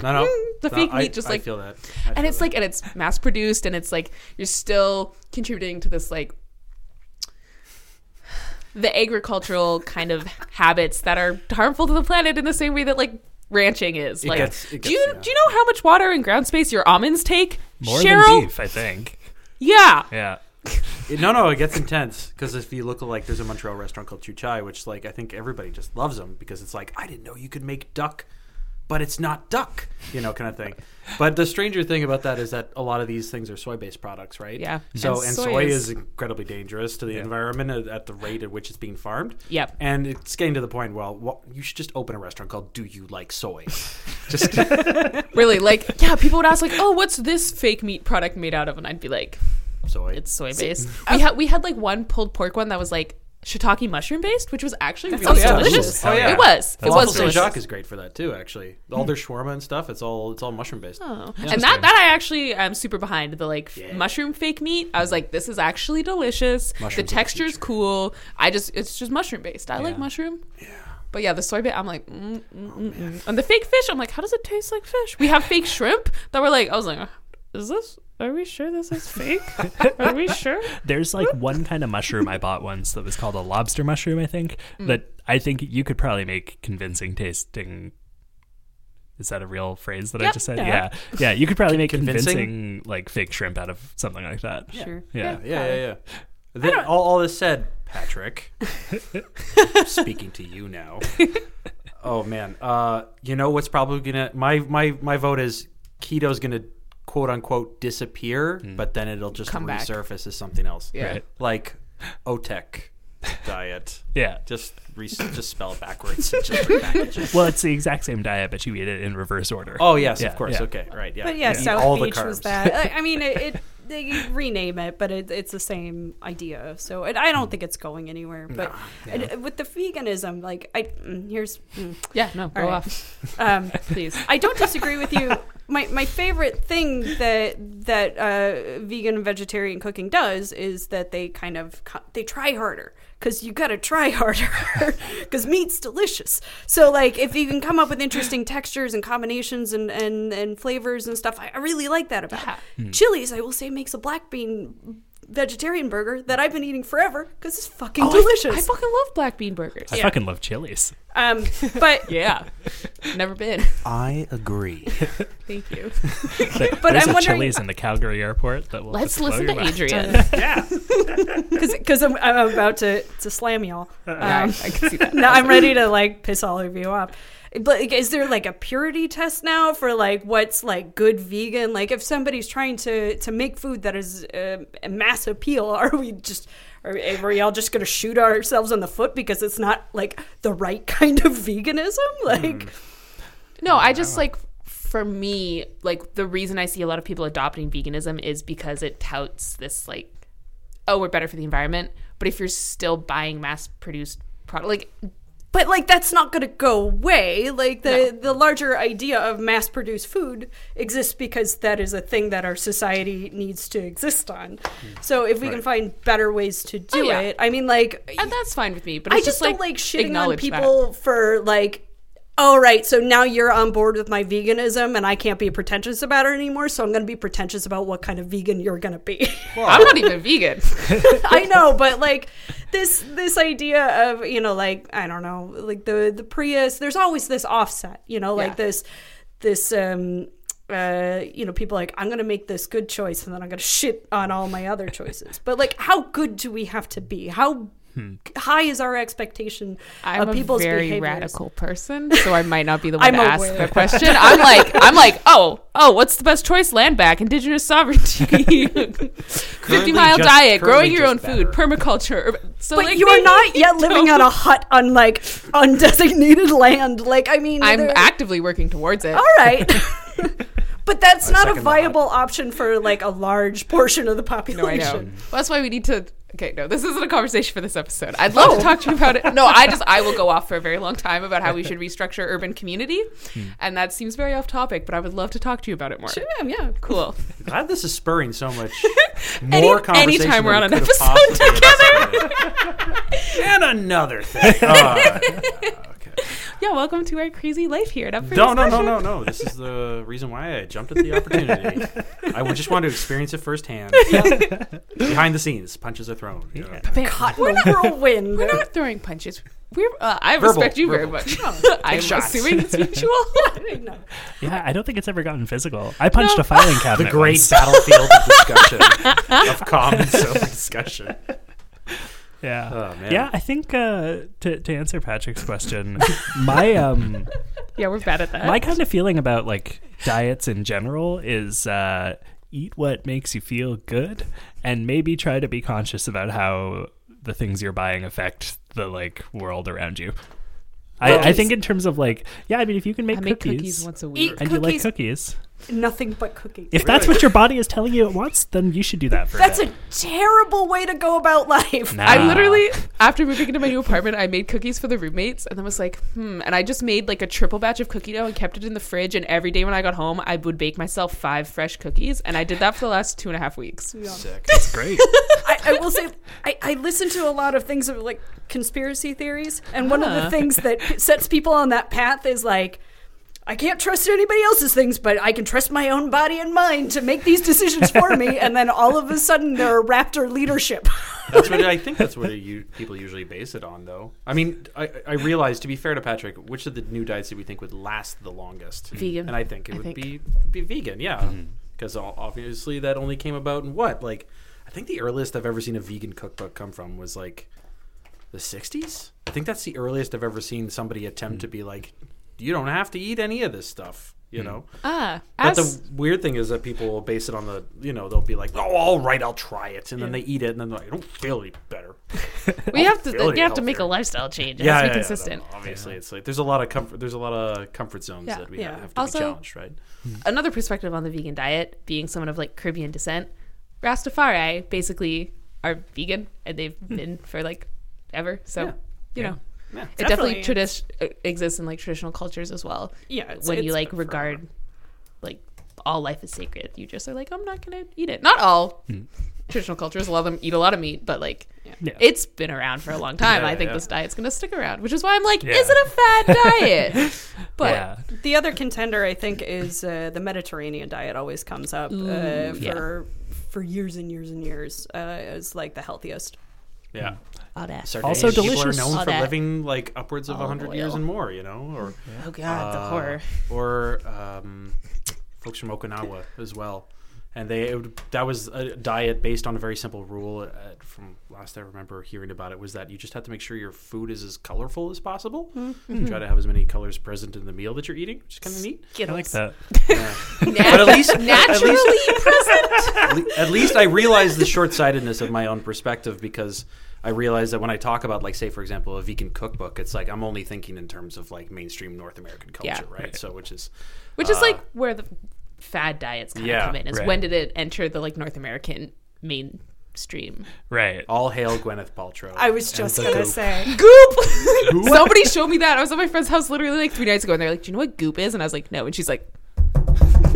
Speaker 5: no no
Speaker 2: The
Speaker 5: No,
Speaker 2: fake
Speaker 5: I-
Speaker 2: meat just,
Speaker 5: I
Speaker 2: like-
Speaker 5: feel that.
Speaker 2: and it's like and it's mass produced and it's like you're still contributing to this like the agricultural kind of habits that are harmful to the planet in the same way that like ranching is like
Speaker 5: gets- it
Speaker 2: do you
Speaker 5: gets- yeah.
Speaker 2: do you know how much water and ground space your almonds take
Speaker 4: More
Speaker 2: cheryl
Speaker 4: than beef, I think.
Speaker 2: yeah
Speaker 4: Yeah.
Speaker 5: It- no, no, it gets intense because if you look like there's a Montreal restaurant called Chuchai, which like I think everybody just loves them because it's like I didn't know you could make duck, but it's not duck, you know, kind of thing. But the stranger thing about that is that a lot of these things are soy-based products, right?
Speaker 2: Yeah.
Speaker 5: So and,
Speaker 2: And
Speaker 5: soy,
Speaker 2: soy
Speaker 5: is
Speaker 2: is-
Speaker 5: incredibly dangerous to the environment at, at the rate at which it's being farmed.
Speaker 2: Yep.
Speaker 5: And it's getting to the point. Well, what, you should just open a restaurant called "Do You Like Soy?" just
Speaker 2: really like yeah people would ask like oh what's this fake meat product made out of and i'd be like
Speaker 5: soy.
Speaker 2: it's soy based we had we had like one pulled pork one that was like shiitake mushroom based which was actually really
Speaker 3: sounds
Speaker 2: delicious
Speaker 4: delicious. Oh, yeah.
Speaker 2: it was it
Speaker 5: Falafel
Speaker 2: was
Speaker 5: Saint
Speaker 2: delicious
Speaker 5: Jacques is great for that too. Actually, all their shawarma and stuff. It's all it's all mushroom based.
Speaker 2: Oh. And that, that I actually am super behind the like f- mushroom fake meat. I was like, this is actually delicious.
Speaker 5: Mushrooms
Speaker 2: the
Speaker 5: are
Speaker 2: texture is cool. I just it's just mushroom based. I like mushroom. Yeah. But yeah, the soy bit, I'm like, mm,
Speaker 4: Oh,
Speaker 2: mm, mm, mm. and the fake fish, I'm like, how does it taste like fish? We have fake shrimp that were like, I was like, is this? Are we sure this is fake? Are we sure?
Speaker 4: There's like one kind of mushroom I bought once that was called a lobster mushroom, I think,
Speaker 2: Mm.
Speaker 4: that I think you could probably make convincing tasting. Is that a real phrase that I
Speaker 2: Yep.
Speaker 4: just said?
Speaker 2: Yeah.
Speaker 4: Yeah. Yeah. You could probably make
Speaker 5: Convincing?
Speaker 4: convincing? like fake shrimp out of something like that. Yeah.
Speaker 2: Sure.
Speaker 4: Yeah.
Speaker 5: Yeah, yeah, yeah. Then all, all this said, Patrick, speaking to you now. oh man, uh, you know what's probably gonna my my my vote is keto's gonna quote unquote disappear, but then it'll just
Speaker 2: Come back.
Speaker 5: resurface as something else.
Speaker 2: Yeah.
Speaker 4: Right.
Speaker 5: like OTEC diet.
Speaker 4: Yeah.
Speaker 5: Just re- just spell it backwards. And just repackage it.
Speaker 4: Well, it's the exact same diet, but you eat it in reverse order.
Speaker 5: Oh yes,
Speaker 4: Yeah,
Speaker 5: of course.
Speaker 4: yeah.
Speaker 5: Okay, right. Yeah,
Speaker 3: But yeah,
Speaker 5: Eat
Speaker 3: South Beach was that. I- I mean, it, it they rename it, but it, it's the same idea. So it, I don't think it's going anywhere. But and uh, with the veganism, like I mm, here's mm,
Speaker 2: Yeah, no, go
Speaker 3: right.
Speaker 2: off,
Speaker 3: um,
Speaker 2: please.
Speaker 3: I don't disagree with you. My my favorite thing that that uh, vegan and vegetarian cooking does is that they kind of co- they try harder because you got to try harder because meat's delicious. So like if you can come up with interesting textures and combinations and
Speaker 2: Hmm.
Speaker 3: and, and flavors and stuff, I, I really like that about it. chilies. I will say makes a black bean vegetarian burger that I've been eating forever because it's fucking
Speaker 2: Oh, I- I,
Speaker 3: delicious.
Speaker 2: fucking love black bean burgers.
Speaker 4: I fucking love chilies.
Speaker 3: um, but
Speaker 2: Yeah. Never been.
Speaker 5: I agree.
Speaker 2: Thank you.
Speaker 4: But
Speaker 3: But
Speaker 4: There's
Speaker 3: I'm
Speaker 4: a
Speaker 3: wondering-
Speaker 4: Chili's in the Calgary airport that will.
Speaker 2: Let's
Speaker 4: just blow
Speaker 2: listen
Speaker 4: your
Speaker 2: to
Speaker 4: mind.
Speaker 2: Adrian.
Speaker 3: because I'm, I'm about to, to slam y'all.
Speaker 2: Uh-uh. Yeah,
Speaker 3: Um,
Speaker 2: I can see that.
Speaker 3: now I'm ready to like piss all of you off. But like, is there like a purity test now for like what's like good vegan? Like if somebody's trying to to make food that is uh, a mass appeal, are we just are, are we all just gonna shoot ourselves in the foot because it's not like the right kind of veganism? Like
Speaker 2: No, I just like for me, like the reason I see a lot of people adopting veganism is because it touts this like, oh, we're better for the environment. But if you're still buying mass-produced product, like
Speaker 3: but like that's not going to go away like the the larger idea of mass produced food exists because that is a thing that our society needs to exist on so if we can find better ways to do
Speaker 2: Hmm. Oh, yeah.
Speaker 3: it i mean like
Speaker 2: and that's fine with me. But
Speaker 3: i
Speaker 2: it's
Speaker 3: just, don't like shitting on
Speaker 2: acknowledge that.
Speaker 3: people for like oh right so now you're on board with my veganism and i can't be pretentious about it anymore so i'm going to be pretentious about what kind of vegan you're going to be
Speaker 2: I'm not even vegan.
Speaker 3: I know, but like this this idea of you know like I don't know like the the Prius. There's always this offset, you know, like
Speaker 2: Yeah.
Speaker 3: this this um uh you know people like I'm gonna make this good choice and then I'm gonna shit on all my other choices. But like, how good do we have to be? How high is our expectation
Speaker 2: I'm
Speaker 3: of
Speaker 2: a
Speaker 3: people's
Speaker 2: very
Speaker 3: behaviors?
Speaker 2: radical person, so I might not be the one
Speaker 3: I'm
Speaker 2: to ask
Speaker 3: aware.
Speaker 2: the question. I'm like, I'm like, oh, oh, what's the best choice? Land back, indigenous sovereignty, fifty mile
Speaker 5: just-
Speaker 2: diet, growing
Speaker 5: currently
Speaker 2: your own
Speaker 5: just
Speaker 2: food,
Speaker 5: better.
Speaker 2: permaculture. So
Speaker 3: But
Speaker 2: like,
Speaker 3: you are
Speaker 2: maybe
Speaker 3: not yet living
Speaker 2: don't-
Speaker 3: on a hut on like undesignated land. Like I mean,
Speaker 2: I'm
Speaker 3: there-
Speaker 2: actively working towards it.
Speaker 3: all right. but that's not a
Speaker 5: second that.
Speaker 3: viable option for like a large portion of the population.
Speaker 2: No, I know. Well, that's why we need to. Okay, no, this isn't a conversation for this episode. I'd
Speaker 3: Oh.
Speaker 2: love to talk to you about it. No, I just I will go off for a very long time about how we should restructure urban community,
Speaker 5: Hmm.
Speaker 2: and that seems very off topic. But I would love to talk to you about it more.
Speaker 3: Yeah, yeah.
Speaker 2: Cool.
Speaker 5: Glad this is spurring so much more conversation.
Speaker 2: anytime we're
Speaker 5: than
Speaker 2: on
Speaker 5: we
Speaker 2: an
Speaker 5: could've
Speaker 2: episode
Speaker 5: possibly anticipated. and another thing. Uh, okay.
Speaker 2: Yeah, welcome to our crazy life here at Up for
Speaker 5: No, no, no,
Speaker 2: Discussion.
Speaker 5: no, no. This is the reason why I jumped at the opportunity. I would just want to experience it firsthand. Behind the scenes, punches are thrown. you know.
Speaker 2: Man,
Speaker 3: We're not whirlwind.
Speaker 2: We're not throwing punches. We're. Uh, I
Speaker 5: Verbal,
Speaker 2: respect you
Speaker 5: verbal.
Speaker 2: very much.
Speaker 3: Oh.
Speaker 2: I'm assuming it's mutual.
Speaker 3: No.
Speaker 4: Yeah, I don't think it's ever gotten physical. I punched a filing cabinet.
Speaker 5: The great
Speaker 4: once.
Speaker 5: battlefield of discussion, of common self discussion.
Speaker 4: Yeah.
Speaker 5: Oh, man.
Speaker 4: Yeah, I think uh, to to answer Patrick's question, my um
Speaker 2: yeah, we're bad at that.
Speaker 4: my kind of feeling about like diets in general is uh, eat what makes you feel good, and maybe try to be conscious about how the things you're buying affect the like world around you. I, I
Speaker 3: Cookies.
Speaker 4: think in terms of like, yeah, I mean, if you can make,
Speaker 2: I make
Speaker 4: cookies,
Speaker 2: cookies, once a
Speaker 3: Eat
Speaker 2: week.
Speaker 4: and you like
Speaker 3: cookies,
Speaker 4: cookies,
Speaker 3: nothing but cookies.
Speaker 4: if that's what your body is telling you it wants, then you should do that for a
Speaker 3: That's
Speaker 4: bit.
Speaker 3: a terrible way to go about life.
Speaker 4: Nah.
Speaker 5: Ah.
Speaker 2: I literally, after moving into my new apartment, I made cookies for the roommates and then was like, hmm. And I just made like a triple batch of cookie dough and kept it in the fridge. And every day when I got home, I would bake myself five fresh cookies. And I did that for the last two and a half weeks.
Speaker 5: Sick.
Speaker 4: That's great.
Speaker 3: I, I will say, I, I listen to a lot of things of like conspiracy theories, and one of the
Speaker 2: Huh.
Speaker 3: things that p- sets people on that path is like, I can't trust anybody else's things, but I can trust my own body and mind to make these decisions for me. And then all of a sudden, they're a raptor leadership.
Speaker 5: That's what I think. That's what you, people usually base it on, though. I mean, I, I realize to be fair to Patrick, which of the new diets do we think would last the longest?
Speaker 2: Vegan.
Speaker 5: And I think it
Speaker 2: I
Speaker 5: would
Speaker 2: think.
Speaker 5: be be vegan, yeah, because obviously that only came about in what like I think the earliest I've ever seen a vegan cookbook come from was like the '60s. I think that's the earliest I've ever seen somebody attempt to be like, you don't have to eat any of this stuff, you know.
Speaker 2: Ah,
Speaker 5: But
Speaker 2: as,
Speaker 5: the weird thing is that people will base it on the, you know, they'll be like, oh, all right, I'll try it. And then they eat it, and then they're like, I don't feel any better.
Speaker 2: we have to,
Speaker 5: really
Speaker 2: you have to make a
Speaker 5: healthier.
Speaker 2: lifestyle change. It
Speaker 5: Yeah,
Speaker 2: has to be
Speaker 5: yeah, yeah,
Speaker 2: consistent.
Speaker 5: no, no, obviously, it's like there's a lot of comfort. There's a lot of comfort zones
Speaker 2: Yeah.
Speaker 5: that we
Speaker 3: Yeah.
Speaker 5: have to
Speaker 2: Also-
Speaker 5: be challenged, right?
Speaker 2: Another perspective on the vegan diet, being someone of like Caribbean descent, Rastafari basically are vegan and they've been for like ever. So,
Speaker 5: Hmm. Yeah.
Speaker 2: you know.
Speaker 5: Yeah.
Speaker 2: It
Speaker 3: Definitely.
Speaker 2: definitely tradi- uh, exists in like traditional cultures as well.
Speaker 3: Yeah, it's-
Speaker 2: when you
Speaker 3: it's
Speaker 2: like
Speaker 5: been forever.
Speaker 2: regard like all life is sacred, you just are like, I'm not gonna eat it. Not all
Speaker 5: Hmm.
Speaker 2: traditional cultures. A lot of them eat a lot of meat, but like,
Speaker 4: Yeah.
Speaker 2: it's been around for a long time.
Speaker 5: Yeah,
Speaker 2: I think
Speaker 5: yeah.
Speaker 2: this diet's gonna stick around, which is why I'm like,
Speaker 4: Yeah.
Speaker 2: is it a fad diet? but
Speaker 4: yeah.
Speaker 3: The other contender, I think, is uh, the Mediterranean diet. Always comes up uh,
Speaker 2: yeah.
Speaker 3: for for years and years and years uh, as like the healthiest.
Speaker 2: Hmm.
Speaker 5: Yeah.
Speaker 6: All Oh, that.
Speaker 5: Sardinian
Speaker 4: Also delicious.
Speaker 5: People are known
Speaker 6: All
Speaker 5: for
Speaker 6: that.
Speaker 5: living like upwards of a
Speaker 2: Oh,
Speaker 6: Olive
Speaker 5: 100 years
Speaker 6: oil.
Speaker 5: and more, you know? Or
Speaker 6: Oh God, the
Speaker 5: uh,
Speaker 6: horror.
Speaker 5: Or um, folks from Okinawa as well. And they it would, that was a diet based on a very simple rule. Uh, from last I remember hearing about it was that you just have to make sure your food is as colorful as possible.
Speaker 6: Mm-hmm.
Speaker 5: You Try to have as many colors present in the meal that you're eating, which is kind of neat.
Speaker 4: I like that.
Speaker 5: But at least, at
Speaker 2: Naturally
Speaker 5: least
Speaker 2: present.
Speaker 5: Le- at least I realize the short-sightedness of my own perspective because I realize that when I talk about, like, say, for example, a vegan cookbook, it's like I'm only thinking in terms of like mainstream North American culture,
Speaker 2: Yeah.
Speaker 5: right? So, which is
Speaker 2: Which is like where the fad diets kind
Speaker 5: Uh, Yeah,
Speaker 2: of come in. Is
Speaker 4: right.
Speaker 2: when did it enter the like North American mainstream?
Speaker 4: Right.
Speaker 5: all hail Gwyneth Paltrow.
Speaker 3: I was just
Speaker 5: the
Speaker 3: gonna
Speaker 5: goop.
Speaker 3: say
Speaker 2: Goop. Somebody showed me that. I was at my friend's house literally like three nights ago, and they're like, "Do you know what Goop is?" And I was like, "No." And she's like,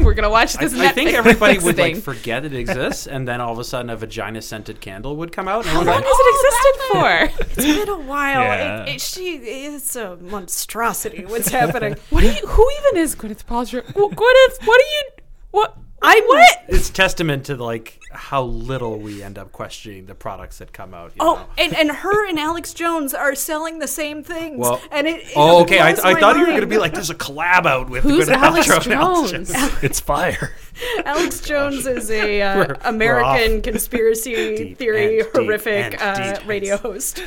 Speaker 2: "We're gonna watch
Speaker 5: I,
Speaker 2: this."
Speaker 5: I think
Speaker 2: Netflix
Speaker 5: everybody would
Speaker 2: thing.
Speaker 5: like forget it exists, and then all of a sudden, a vagina-scented candle would come out. And
Speaker 2: How long
Speaker 5: everyone's like,
Speaker 2: Oh, has it existed for?
Speaker 3: it's been a while.
Speaker 4: Yeah.
Speaker 3: It, it, she it's a monstrosity. What's happening?
Speaker 2: what do you? Who even is Gwyneth Paltrow? Wh- Gwyneth, what do you? What?
Speaker 3: I what?
Speaker 5: it's testament to like how little we end up questioning the products that come out. You
Speaker 3: Oh,
Speaker 5: know?
Speaker 3: and, and her and Alex Jones are selling the same things.
Speaker 5: Well-
Speaker 3: and it, it
Speaker 5: Oh, okay. I,
Speaker 3: blows
Speaker 5: I
Speaker 3: my
Speaker 5: thought you were going to
Speaker 3: mind.
Speaker 5: be like, "There's a collab out with
Speaker 2: Who's
Speaker 5: Gwyneth
Speaker 2: Alex
Speaker 5: Paltrow and Alex
Speaker 2: Jones?
Speaker 5: Jones.
Speaker 4: It's fire.
Speaker 3: Alex Jones is a uh,
Speaker 5: We're- we're
Speaker 3: American
Speaker 5: off.
Speaker 3: conspiracy
Speaker 5: Deep
Speaker 3: theory
Speaker 5: and deep and
Speaker 3: horrific uh,
Speaker 5: deep.
Speaker 3: radio host,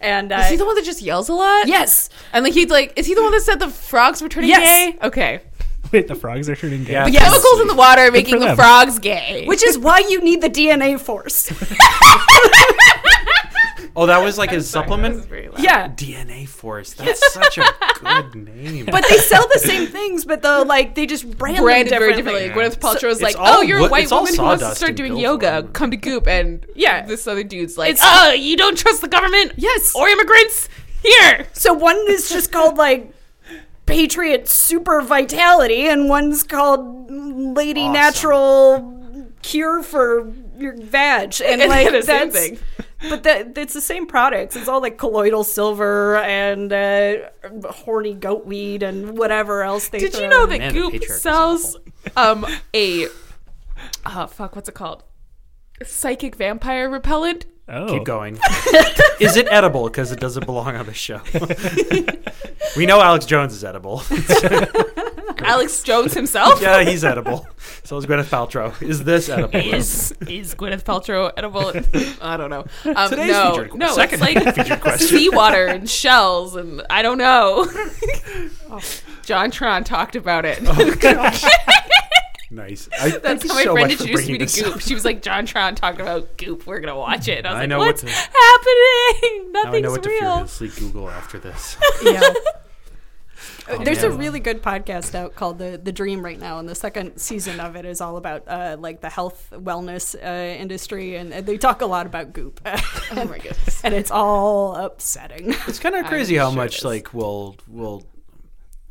Speaker 3: and uh,
Speaker 2: Is he the one that just yells a lot?
Speaker 3: yes,
Speaker 2: And like he'd like, is he the one that said the frogs were turning
Speaker 3: Yes.
Speaker 2: gay? Okay.
Speaker 4: Wait, the frogs are turning gay.
Speaker 5: Yeah.
Speaker 2: The chemicals in the water are making the
Speaker 4: them.
Speaker 2: frogs gay.
Speaker 3: which is why you need the DNA force.
Speaker 5: Oh, that was like his supplement.
Speaker 3: yeah,
Speaker 5: DNA Force. That's such a good name.
Speaker 3: but they sell the same things, but the like they just brand them
Speaker 2: branded very
Speaker 3: differently.
Speaker 2: differently. Gwyneth Paltrow is
Speaker 5: it's
Speaker 2: like,
Speaker 5: all
Speaker 2: "Oh, you're a
Speaker 5: wo-
Speaker 2: white
Speaker 5: it's all
Speaker 2: woman who wants to
Speaker 5: sawdust
Speaker 2: start
Speaker 5: and
Speaker 2: doing
Speaker 5: Bill
Speaker 2: yoga.
Speaker 5: Forman.
Speaker 2: Come to Goop." And
Speaker 3: Yeah.
Speaker 2: this other dude's like,
Speaker 3: It's-
Speaker 2: "Oh, you don't trust the government?
Speaker 3: Yes.
Speaker 2: or immigrants? Here."
Speaker 3: So one is just called like Patriot Super Vitality, and one's called Lady
Speaker 5: Awesome.
Speaker 3: Natural Cure for Your Vag, and
Speaker 2: And
Speaker 3: like
Speaker 2: they're the same
Speaker 3: that's,
Speaker 2: thing.
Speaker 3: But that it's the same products. It's all like colloidal silver and uh, horny goat weed and whatever else they.
Speaker 2: Did
Speaker 3: throw
Speaker 2: you know
Speaker 3: in.
Speaker 2: that
Speaker 5: Man, the
Speaker 2: Goop
Speaker 5: patriarchy is
Speaker 2: sells um a oh fuck, what's it called? Psychic vampire repellent.
Speaker 4: Oh.
Speaker 5: Keep going. is it edible? Because it doesn't belong on the show. we know Alex Jones is edible.
Speaker 2: Alex Jones himself
Speaker 5: yeah, he's edible. So is Gwyneth Paltrow. Is this edible?
Speaker 2: is is Gwyneth Paltrow edible? I don't know. Um,
Speaker 5: Today's
Speaker 2: no,
Speaker 5: featured-
Speaker 2: no,
Speaker 5: second
Speaker 2: it's
Speaker 5: featured
Speaker 2: like
Speaker 5: question.
Speaker 2: seawater and shells, and I don't know.
Speaker 5: Oh.
Speaker 2: John Tron talked about it.
Speaker 5: Nice. I,
Speaker 2: That's
Speaker 5: Oh, thank you
Speaker 2: how my
Speaker 5: so
Speaker 2: friend
Speaker 5: much for
Speaker 2: introduced me
Speaker 5: bringing
Speaker 2: to
Speaker 5: this
Speaker 2: Goop.
Speaker 5: up.
Speaker 2: She was like, John Tron talked about Goop. We're gonna watch it. And I was
Speaker 5: I
Speaker 2: like,
Speaker 5: know what
Speaker 2: what's
Speaker 5: to-
Speaker 2: happening?
Speaker 5: Now I know
Speaker 2: Nothing's
Speaker 5: what to
Speaker 2: real.
Speaker 5: furiously Google after this.
Speaker 2: Oh,
Speaker 3: Uh, There's a
Speaker 5: man.
Speaker 3: really good podcast out called the the Dream right now, and the second season of it is all about uh, like the health wellness uh, industry, and and they talk a lot about goop,
Speaker 2: Oh my goodness.
Speaker 3: and it's all upsetting.
Speaker 5: It's kind of crazy how
Speaker 2: sure it
Speaker 5: much
Speaker 2: is.
Speaker 5: like we'll we'll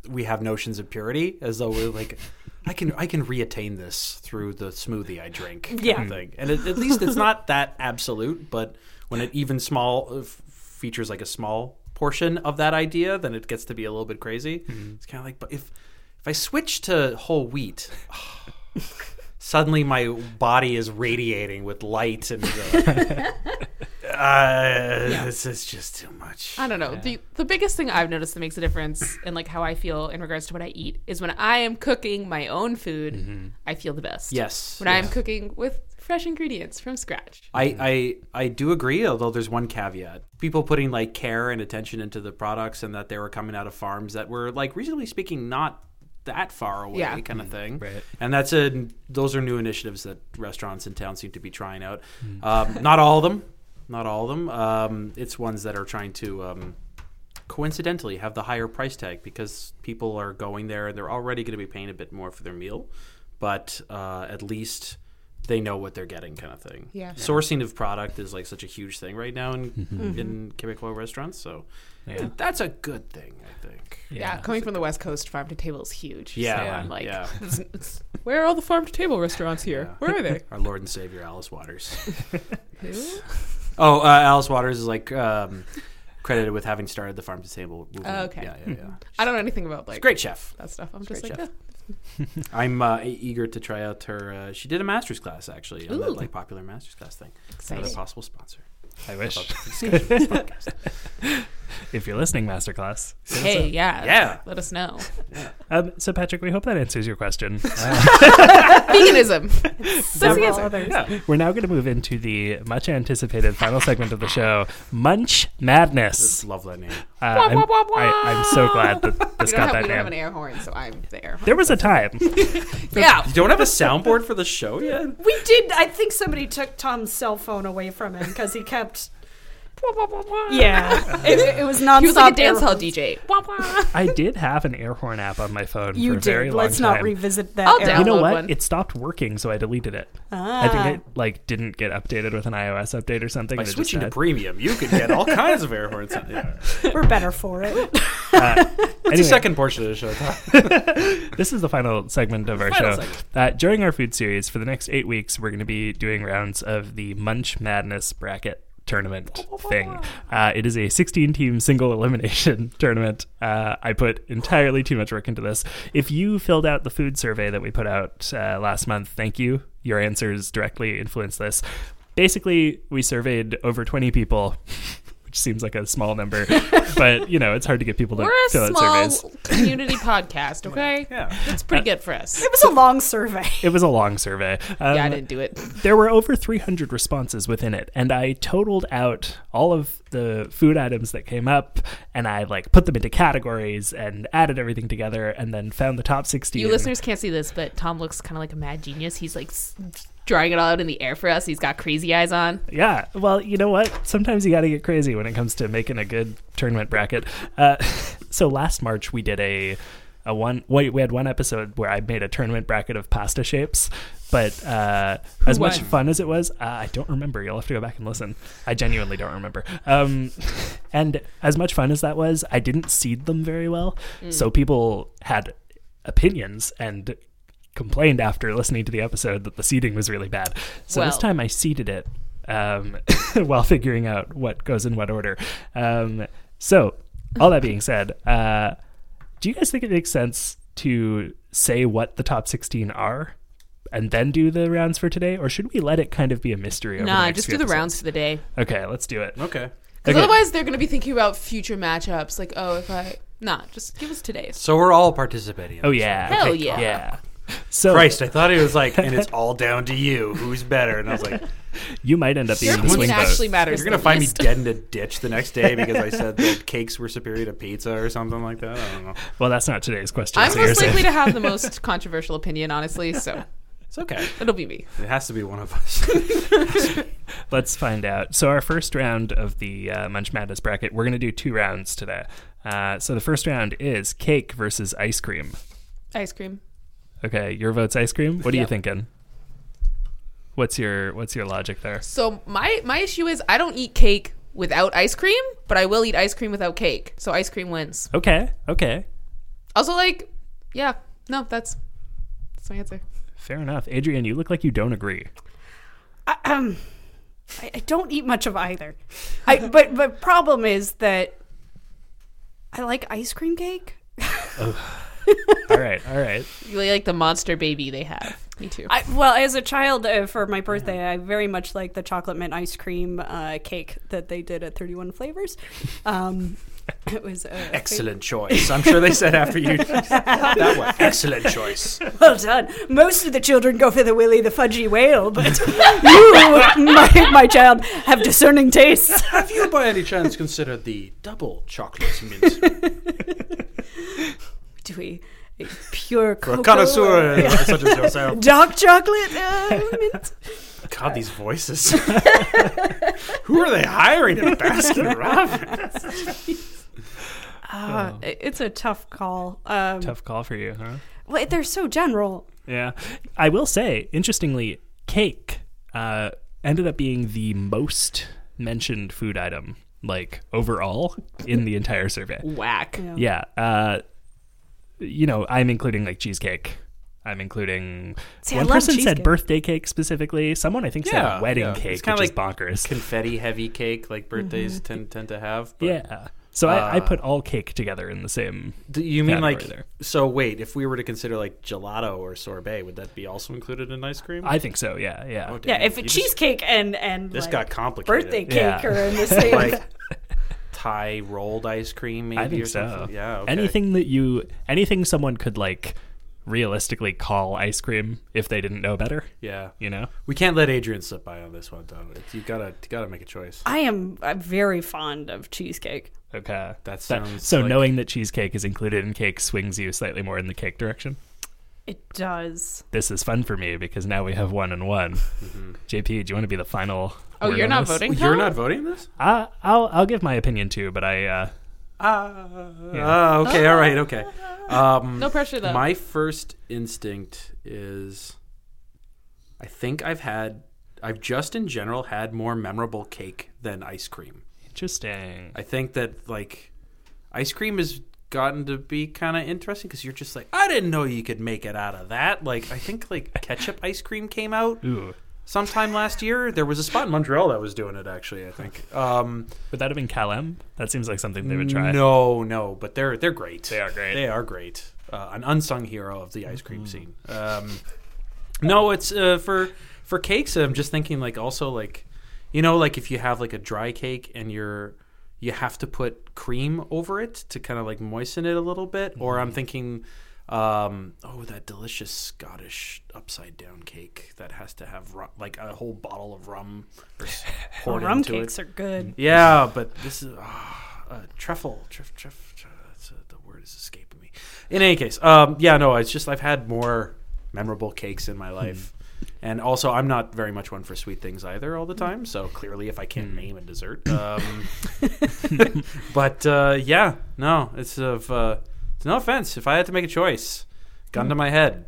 Speaker 5: we have notions of purity as though we're like I can I can reattain this through the smoothie I drink. kind of
Speaker 3: Yeah.
Speaker 5: thing. And at at least it's not that absolute, but when it even small uh, f- features like a small portion of that idea, then it gets to be a little bit crazy. It's kind of like, but if if I switch to whole wheat. Suddenly, my body is radiating with light, and uh, uh, this is just too much.
Speaker 2: I don't know. The the biggest thing I've noticed that makes a difference in like how I feel in regards to what I eat is when I am cooking my own food, I feel the best.
Speaker 5: Mm-hmm. Yes.
Speaker 2: When I'm cooking with fresh ingredients from scratch.
Speaker 5: I, I I do agree, although there's one caveat. People putting like care and attention into the products and that they were coming out of farms that were like reasonably speaking not that far away
Speaker 2: Yeah.
Speaker 5: kind of thing.
Speaker 4: right.
Speaker 5: And that's a those are new initiatives that restaurants in town seem to be trying out. Um, not all of them. Not all of them. Um, it's ones that are trying to um, coincidentally have the higher price tag because people are going there and they're already going to be paying a bit more for their meal, but uh, at least they know what they're getting, kind of thing.
Speaker 2: Yeah.
Speaker 5: Sourcing of product is like such a huge thing right now in in
Speaker 2: Mm-hmm.
Speaker 5: Quebecois restaurants, so th- that's a good thing, I think.
Speaker 2: Yeah, coming from the West Coast, farm to table is huge.
Speaker 5: Yeah,
Speaker 2: so
Speaker 5: yeah,
Speaker 2: I'm like,
Speaker 5: yeah.
Speaker 2: it's- it's- where are all the farm to table restaurants here?
Speaker 5: Yeah.
Speaker 2: Where are they?
Speaker 5: Our Lord and Savior Alice Waters. Oh, uh, Alice Waters is like um, credited with having started the farm to table movement.
Speaker 2: Oh, okay.
Speaker 5: Yeah, yeah, yeah.
Speaker 2: I don't know anything about like
Speaker 5: Great chef.
Speaker 2: that stuff. I'm just
Speaker 5: Great
Speaker 2: like,
Speaker 5: chef.
Speaker 2: "Eh,
Speaker 5: I'm uh, eager to try out her. Uh, she did a master's class actually on
Speaker 2: Ooh.
Speaker 5: that like popular master's class thing. Another
Speaker 2: Exciting.
Speaker 5: possible sponsor.
Speaker 4: I wish.
Speaker 5: Podcast.
Speaker 4: if you're listening, masterclass.
Speaker 2: Hey, yeah.
Speaker 5: Yeah.
Speaker 2: Let us know.
Speaker 4: Um, so, Patrick, we hope that answers your question.
Speaker 2: Veganism. That's the
Speaker 3: Several
Speaker 2: answer.
Speaker 3: others.
Speaker 4: Yeah. We're now going to move into the much anticipated final segment of the show, Munch
Speaker 5: Just
Speaker 4: Madness.
Speaker 5: love that name.
Speaker 4: Uh, I'm,
Speaker 2: wah, wah, wah.
Speaker 4: I, am so glad that this
Speaker 2: We don't,
Speaker 4: got
Speaker 2: have, we
Speaker 4: that
Speaker 2: don't have an
Speaker 4: name.
Speaker 2: air horn, so I'm there.
Speaker 4: There was a time.
Speaker 2: Yeah.
Speaker 5: You don't have a soundboard for the show yet.
Speaker 3: We did. I think somebody took Tom's cell phone away from him because he kept. Yeah, it, it was nonstop.
Speaker 2: He was like a dance
Speaker 3: air-
Speaker 2: hall DJ. Wah, wah.
Speaker 4: I did have an air horn app on my phone
Speaker 3: You
Speaker 4: for a very
Speaker 3: did.
Speaker 4: long
Speaker 3: Let's
Speaker 4: time.
Speaker 3: not revisit that.
Speaker 2: I'll
Speaker 3: era.
Speaker 2: download
Speaker 4: you know what?
Speaker 2: one.
Speaker 4: It stopped working, so I deleted it. I
Speaker 3: Ah.
Speaker 4: think it like didn't get updated with an iOS update or something.
Speaker 5: By
Speaker 4: and it just
Speaker 5: switching to
Speaker 4: died.
Speaker 5: premium, you could get all kinds of air horns. Yeah.
Speaker 3: We're better for it.
Speaker 5: What's
Speaker 4: Anyway.
Speaker 5: the second portion of the show? Tom?
Speaker 4: this is the final segment of our
Speaker 5: Final
Speaker 4: show.
Speaker 5: segment.
Speaker 4: Uh, during our food series, for the next eight weeks, we're going to be doing rounds of the Munch Madness bracket tournament thing. Uh, it is a 16 team single elimination tournament. Uh, I put entirely too much work into this. If you filled out the food survey that we put out uh, last month, thank you. Your answers directly influence this. Basically, we surveyed over 20 people. Which seems like a small number, but you know it's hard to get people to
Speaker 2: We're a
Speaker 4: fill out
Speaker 2: small
Speaker 4: surveys.
Speaker 2: community podcast, okay?
Speaker 5: Yeah. Uh,
Speaker 2: That's pretty good for us.
Speaker 3: It was a long survey.
Speaker 4: It was a long survey. Um,
Speaker 2: yeah, I didn't do it.
Speaker 4: there were over 300 responses within it and i totaled out all of the food items that came up and i like put them into categories and added everything together and then found the top 60
Speaker 2: You listeners can't see this, but Tom looks kind of like a mad genius. He's like s- drawing it all out in the air for us. He's got crazy eyes on.
Speaker 4: yeah well you know what sometimes you gotta get crazy when it comes to making a good tournament bracket uh, so last march we did a a one we, we had one episode where i made a tournament bracket of pasta shapes but uh, as much
Speaker 2: won?
Speaker 4: fun as it was, uh, I don't remember. You'll have to go back and listen. I genuinely don't remember. Um, and as much fun as that was, I didn't seed them very well.
Speaker 2: Mm.
Speaker 4: So people had opinions and complained after listening to the episode that the seeding was really bad. So this
Speaker 2: Well.
Speaker 4: time I seeded it um, while figuring out what goes in what order. Um, so, all that being said, uh, do you guys think it makes sense to say what the top 16 are and then do the rounds for today? Or should we let it kind of be a mystery? Over the
Speaker 2: Nah,
Speaker 4: next
Speaker 2: just
Speaker 4: few
Speaker 2: do the
Speaker 4: episodes?
Speaker 2: rounds for the day.
Speaker 4: Okay, let's do it.
Speaker 5: Okay.
Speaker 2: Because
Speaker 4: Okay.
Speaker 2: otherwise, they're going to be thinking about future matchups. Like, oh, if I. Nah, just give us today's.
Speaker 5: So we're all participating. in
Speaker 4: Oh,
Speaker 5: this
Speaker 4: yeah.
Speaker 2: Hell
Speaker 4: Okay,
Speaker 2: yeah.
Speaker 4: Yeah. So,
Speaker 5: Christ, I thought it was like, and it's all down to you. Who's better? And I was like,
Speaker 4: you might end up
Speaker 2: Your
Speaker 4: being the swing
Speaker 2: opinion
Speaker 4: vote.
Speaker 2: actually matters.
Speaker 5: you're gonna
Speaker 2: the
Speaker 5: find me
Speaker 2: least.
Speaker 5: dead in a ditch the next day because I said that cakes were superior to pizza or something like that. I don't know.
Speaker 4: Well, that's not today's question.
Speaker 2: I'm
Speaker 4: so you're
Speaker 2: most
Speaker 4: safe.
Speaker 2: likely to have the most controversial opinion, honestly, so
Speaker 5: It's okay.
Speaker 2: it'll be me.
Speaker 5: It has to be one of us.
Speaker 4: Let's find out. So, our first round of the uh, Munch Madness bracket, we're going to do two rounds today. Uh, so, the first round is cake versus ice cream.
Speaker 2: Ice cream.
Speaker 4: Okay, your vote's ice cream. What are you
Speaker 2: Yep.
Speaker 4: thinking? What's your What's your logic there?
Speaker 2: So my my issue is I don't eat cake without ice cream, but I will eat ice cream without cake. So ice cream wins.
Speaker 4: Okay, okay,
Speaker 2: Also, like, yeah, no, that's that's my answer.
Speaker 4: fair enough. Adrian, you look like you don't agree.
Speaker 3: I, um, I, I don't eat much of either. I but but problem is that I like ice cream cake.
Speaker 4: All right, all right.
Speaker 2: You like the monster baby they have. Me too.
Speaker 3: I, well, as a child uh, for my birthday, I very much like the chocolate mint ice cream uh, cake that they did at Thirty One Flavors. Um, it was uh,
Speaker 5: Excellent choice. I'm sure they said after you that one. Excellent choice.
Speaker 3: Well done. Most of the children go for the Willy the Fudgy Whale, but you, my, my child, have discerning tastes.
Speaker 5: Have you, by any chance, considered the double chocolate mint?
Speaker 3: Do we a
Speaker 4: Oh,
Speaker 5: For
Speaker 3: pure
Speaker 5: a
Speaker 3: cocoa
Speaker 5: connoisseur
Speaker 3: or
Speaker 5: such as yourself.
Speaker 3: Dark chocolate uh, mint?
Speaker 5: God, these voices. Who are they hiring at Baskin Robbins?
Speaker 3: Uh, It's a tough call. Um,
Speaker 4: Tough call for you, huh?
Speaker 3: Well, they're so general.
Speaker 4: Yeah, I will say, interestingly, cake uh, ended up being the most mentioned food item, like overall in the entire survey.
Speaker 2: Whack.
Speaker 4: Yeah. Uh, you know, I'm including like cheesecake. I'm including.
Speaker 3: See, I
Speaker 4: one
Speaker 3: love
Speaker 4: person said
Speaker 3: cheesecake.
Speaker 4: birthday cake specifically. Someone I think
Speaker 5: Yeah,
Speaker 4: said wedding
Speaker 5: yeah. It's
Speaker 4: cake,
Speaker 5: kinda
Speaker 4: which is
Speaker 5: like
Speaker 4: bonkers.
Speaker 5: Confetti heavy cake like birthdays tend, tend to have. But
Speaker 4: Mm-hmm. yeah. So
Speaker 5: Uh,
Speaker 4: I, I put all cake together in the same.
Speaker 5: Do you mean
Speaker 4: category
Speaker 5: like
Speaker 4: there.
Speaker 5: so? Wait, if we were to consider like gelato or sorbet, would that be also included in ice cream?
Speaker 4: I think so. Yeah, yeah.
Speaker 5: Oh,
Speaker 3: Yeah,
Speaker 5: damn,
Speaker 3: if
Speaker 5: you
Speaker 3: a
Speaker 5: just-
Speaker 3: cheesecake and and
Speaker 5: this
Speaker 3: like,
Speaker 5: got complicated.
Speaker 3: birthday cake
Speaker 4: Yeah.
Speaker 3: are in the same.
Speaker 5: like Thai rolled ice cream, maybe
Speaker 4: I think
Speaker 5: or
Speaker 4: so.
Speaker 5: something. Yeah, okay.
Speaker 4: Anything that you, anything someone could like realistically call ice cream if they didn't know better.
Speaker 5: Yeah,
Speaker 4: You know.
Speaker 5: we can't let Adrian slip by on this one, though. It's- You gotta, you gotta make a choice.
Speaker 3: I am I'm very fond of cheesecake.
Speaker 4: Okay.
Speaker 5: That
Speaker 4: That-
Speaker 5: sounds
Speaker 4: so
Speaker 5: like-
Speaker 4: knowing that cheesecake is included in cake swings you slightly more in the cake direction.
Speaker 3: It does.
Speaker 4: This is fun for me because now we have one and one.
Speaker 5: Mm-hmm.
Speaker 4: JP, do you want to be the final?
Speaker 2: Oh,
Speaker 4: word
Speaker 2: you're
Speaker 4: on
Speaker 2: not
Speaker 4: this?
Speaker 2: voting?
Speaker 5: You're not voting this?
Speaker 4: I, I'll I'll give my opinion too, but I uh,
Speaker 5: Ah,
Speaker 4: Yeah.
Speaker 5: ah, okay, all right, okay. Um,
Speaker 2: No pressure though.
Speaker 5: My first instinct is, I think I've had, I've just in general had more memorable cake than ice cream.
Speaker 4: interesting.
Speaker 5: I think that like ice cream has gotten to be kind of interesting because you're just like I didn't know you could make it out of that. Like I think like ketchup ice cream came out
Speaker 4: Ooh,
Speaker 5: sometime last year. There was a spot in Montreal that was doing it actually. I think. Um,
Speaker 4: would that have been Calem? That seems like something they would try.
Speaker 5: No, no, but they're they're great. They
Speaker 4: are great. Mm-hmm.
Speaker 5: They are great. Uh, an unsung hero of the ice cream scene. Um, no, it's uh, for for cakes. I'm just thinking like also like you know like if you have like a dry cake and you're you have to put cream over it to kind of like moisten it a little bit. Or
Speaker 4: Mm-hmm.
Speaker 5: I'm thinking. Um, oh, that delicious Scottish upside down cake that has to have rum, like a whole bottle of rum or s-
Speaker 3: Oh,
Speaker 5: poured
Speaker 3: rum
Speaker 5: into it.
Speaker 3: cakes are good.
Speaker 5: Yeah, but this is ah, uh, truffle. Truff, truff, truff, that's, uh, the word is escaping me. In any case, um, yeah, no, it's just I've had more memorable cakes in my
Speaker 2: Hmm.
Speaker 5: life, and also I'm not very much one for sweet things either all the time. So clearly, if I
Speaker 2: Hmm.
Speaker 5: can't name a dessert, um, but uh, yeah, no, it's of uh, it's no offense. If I had to make a choice, gun
Speaker 2: Hmm.
Speaker 5: to my head,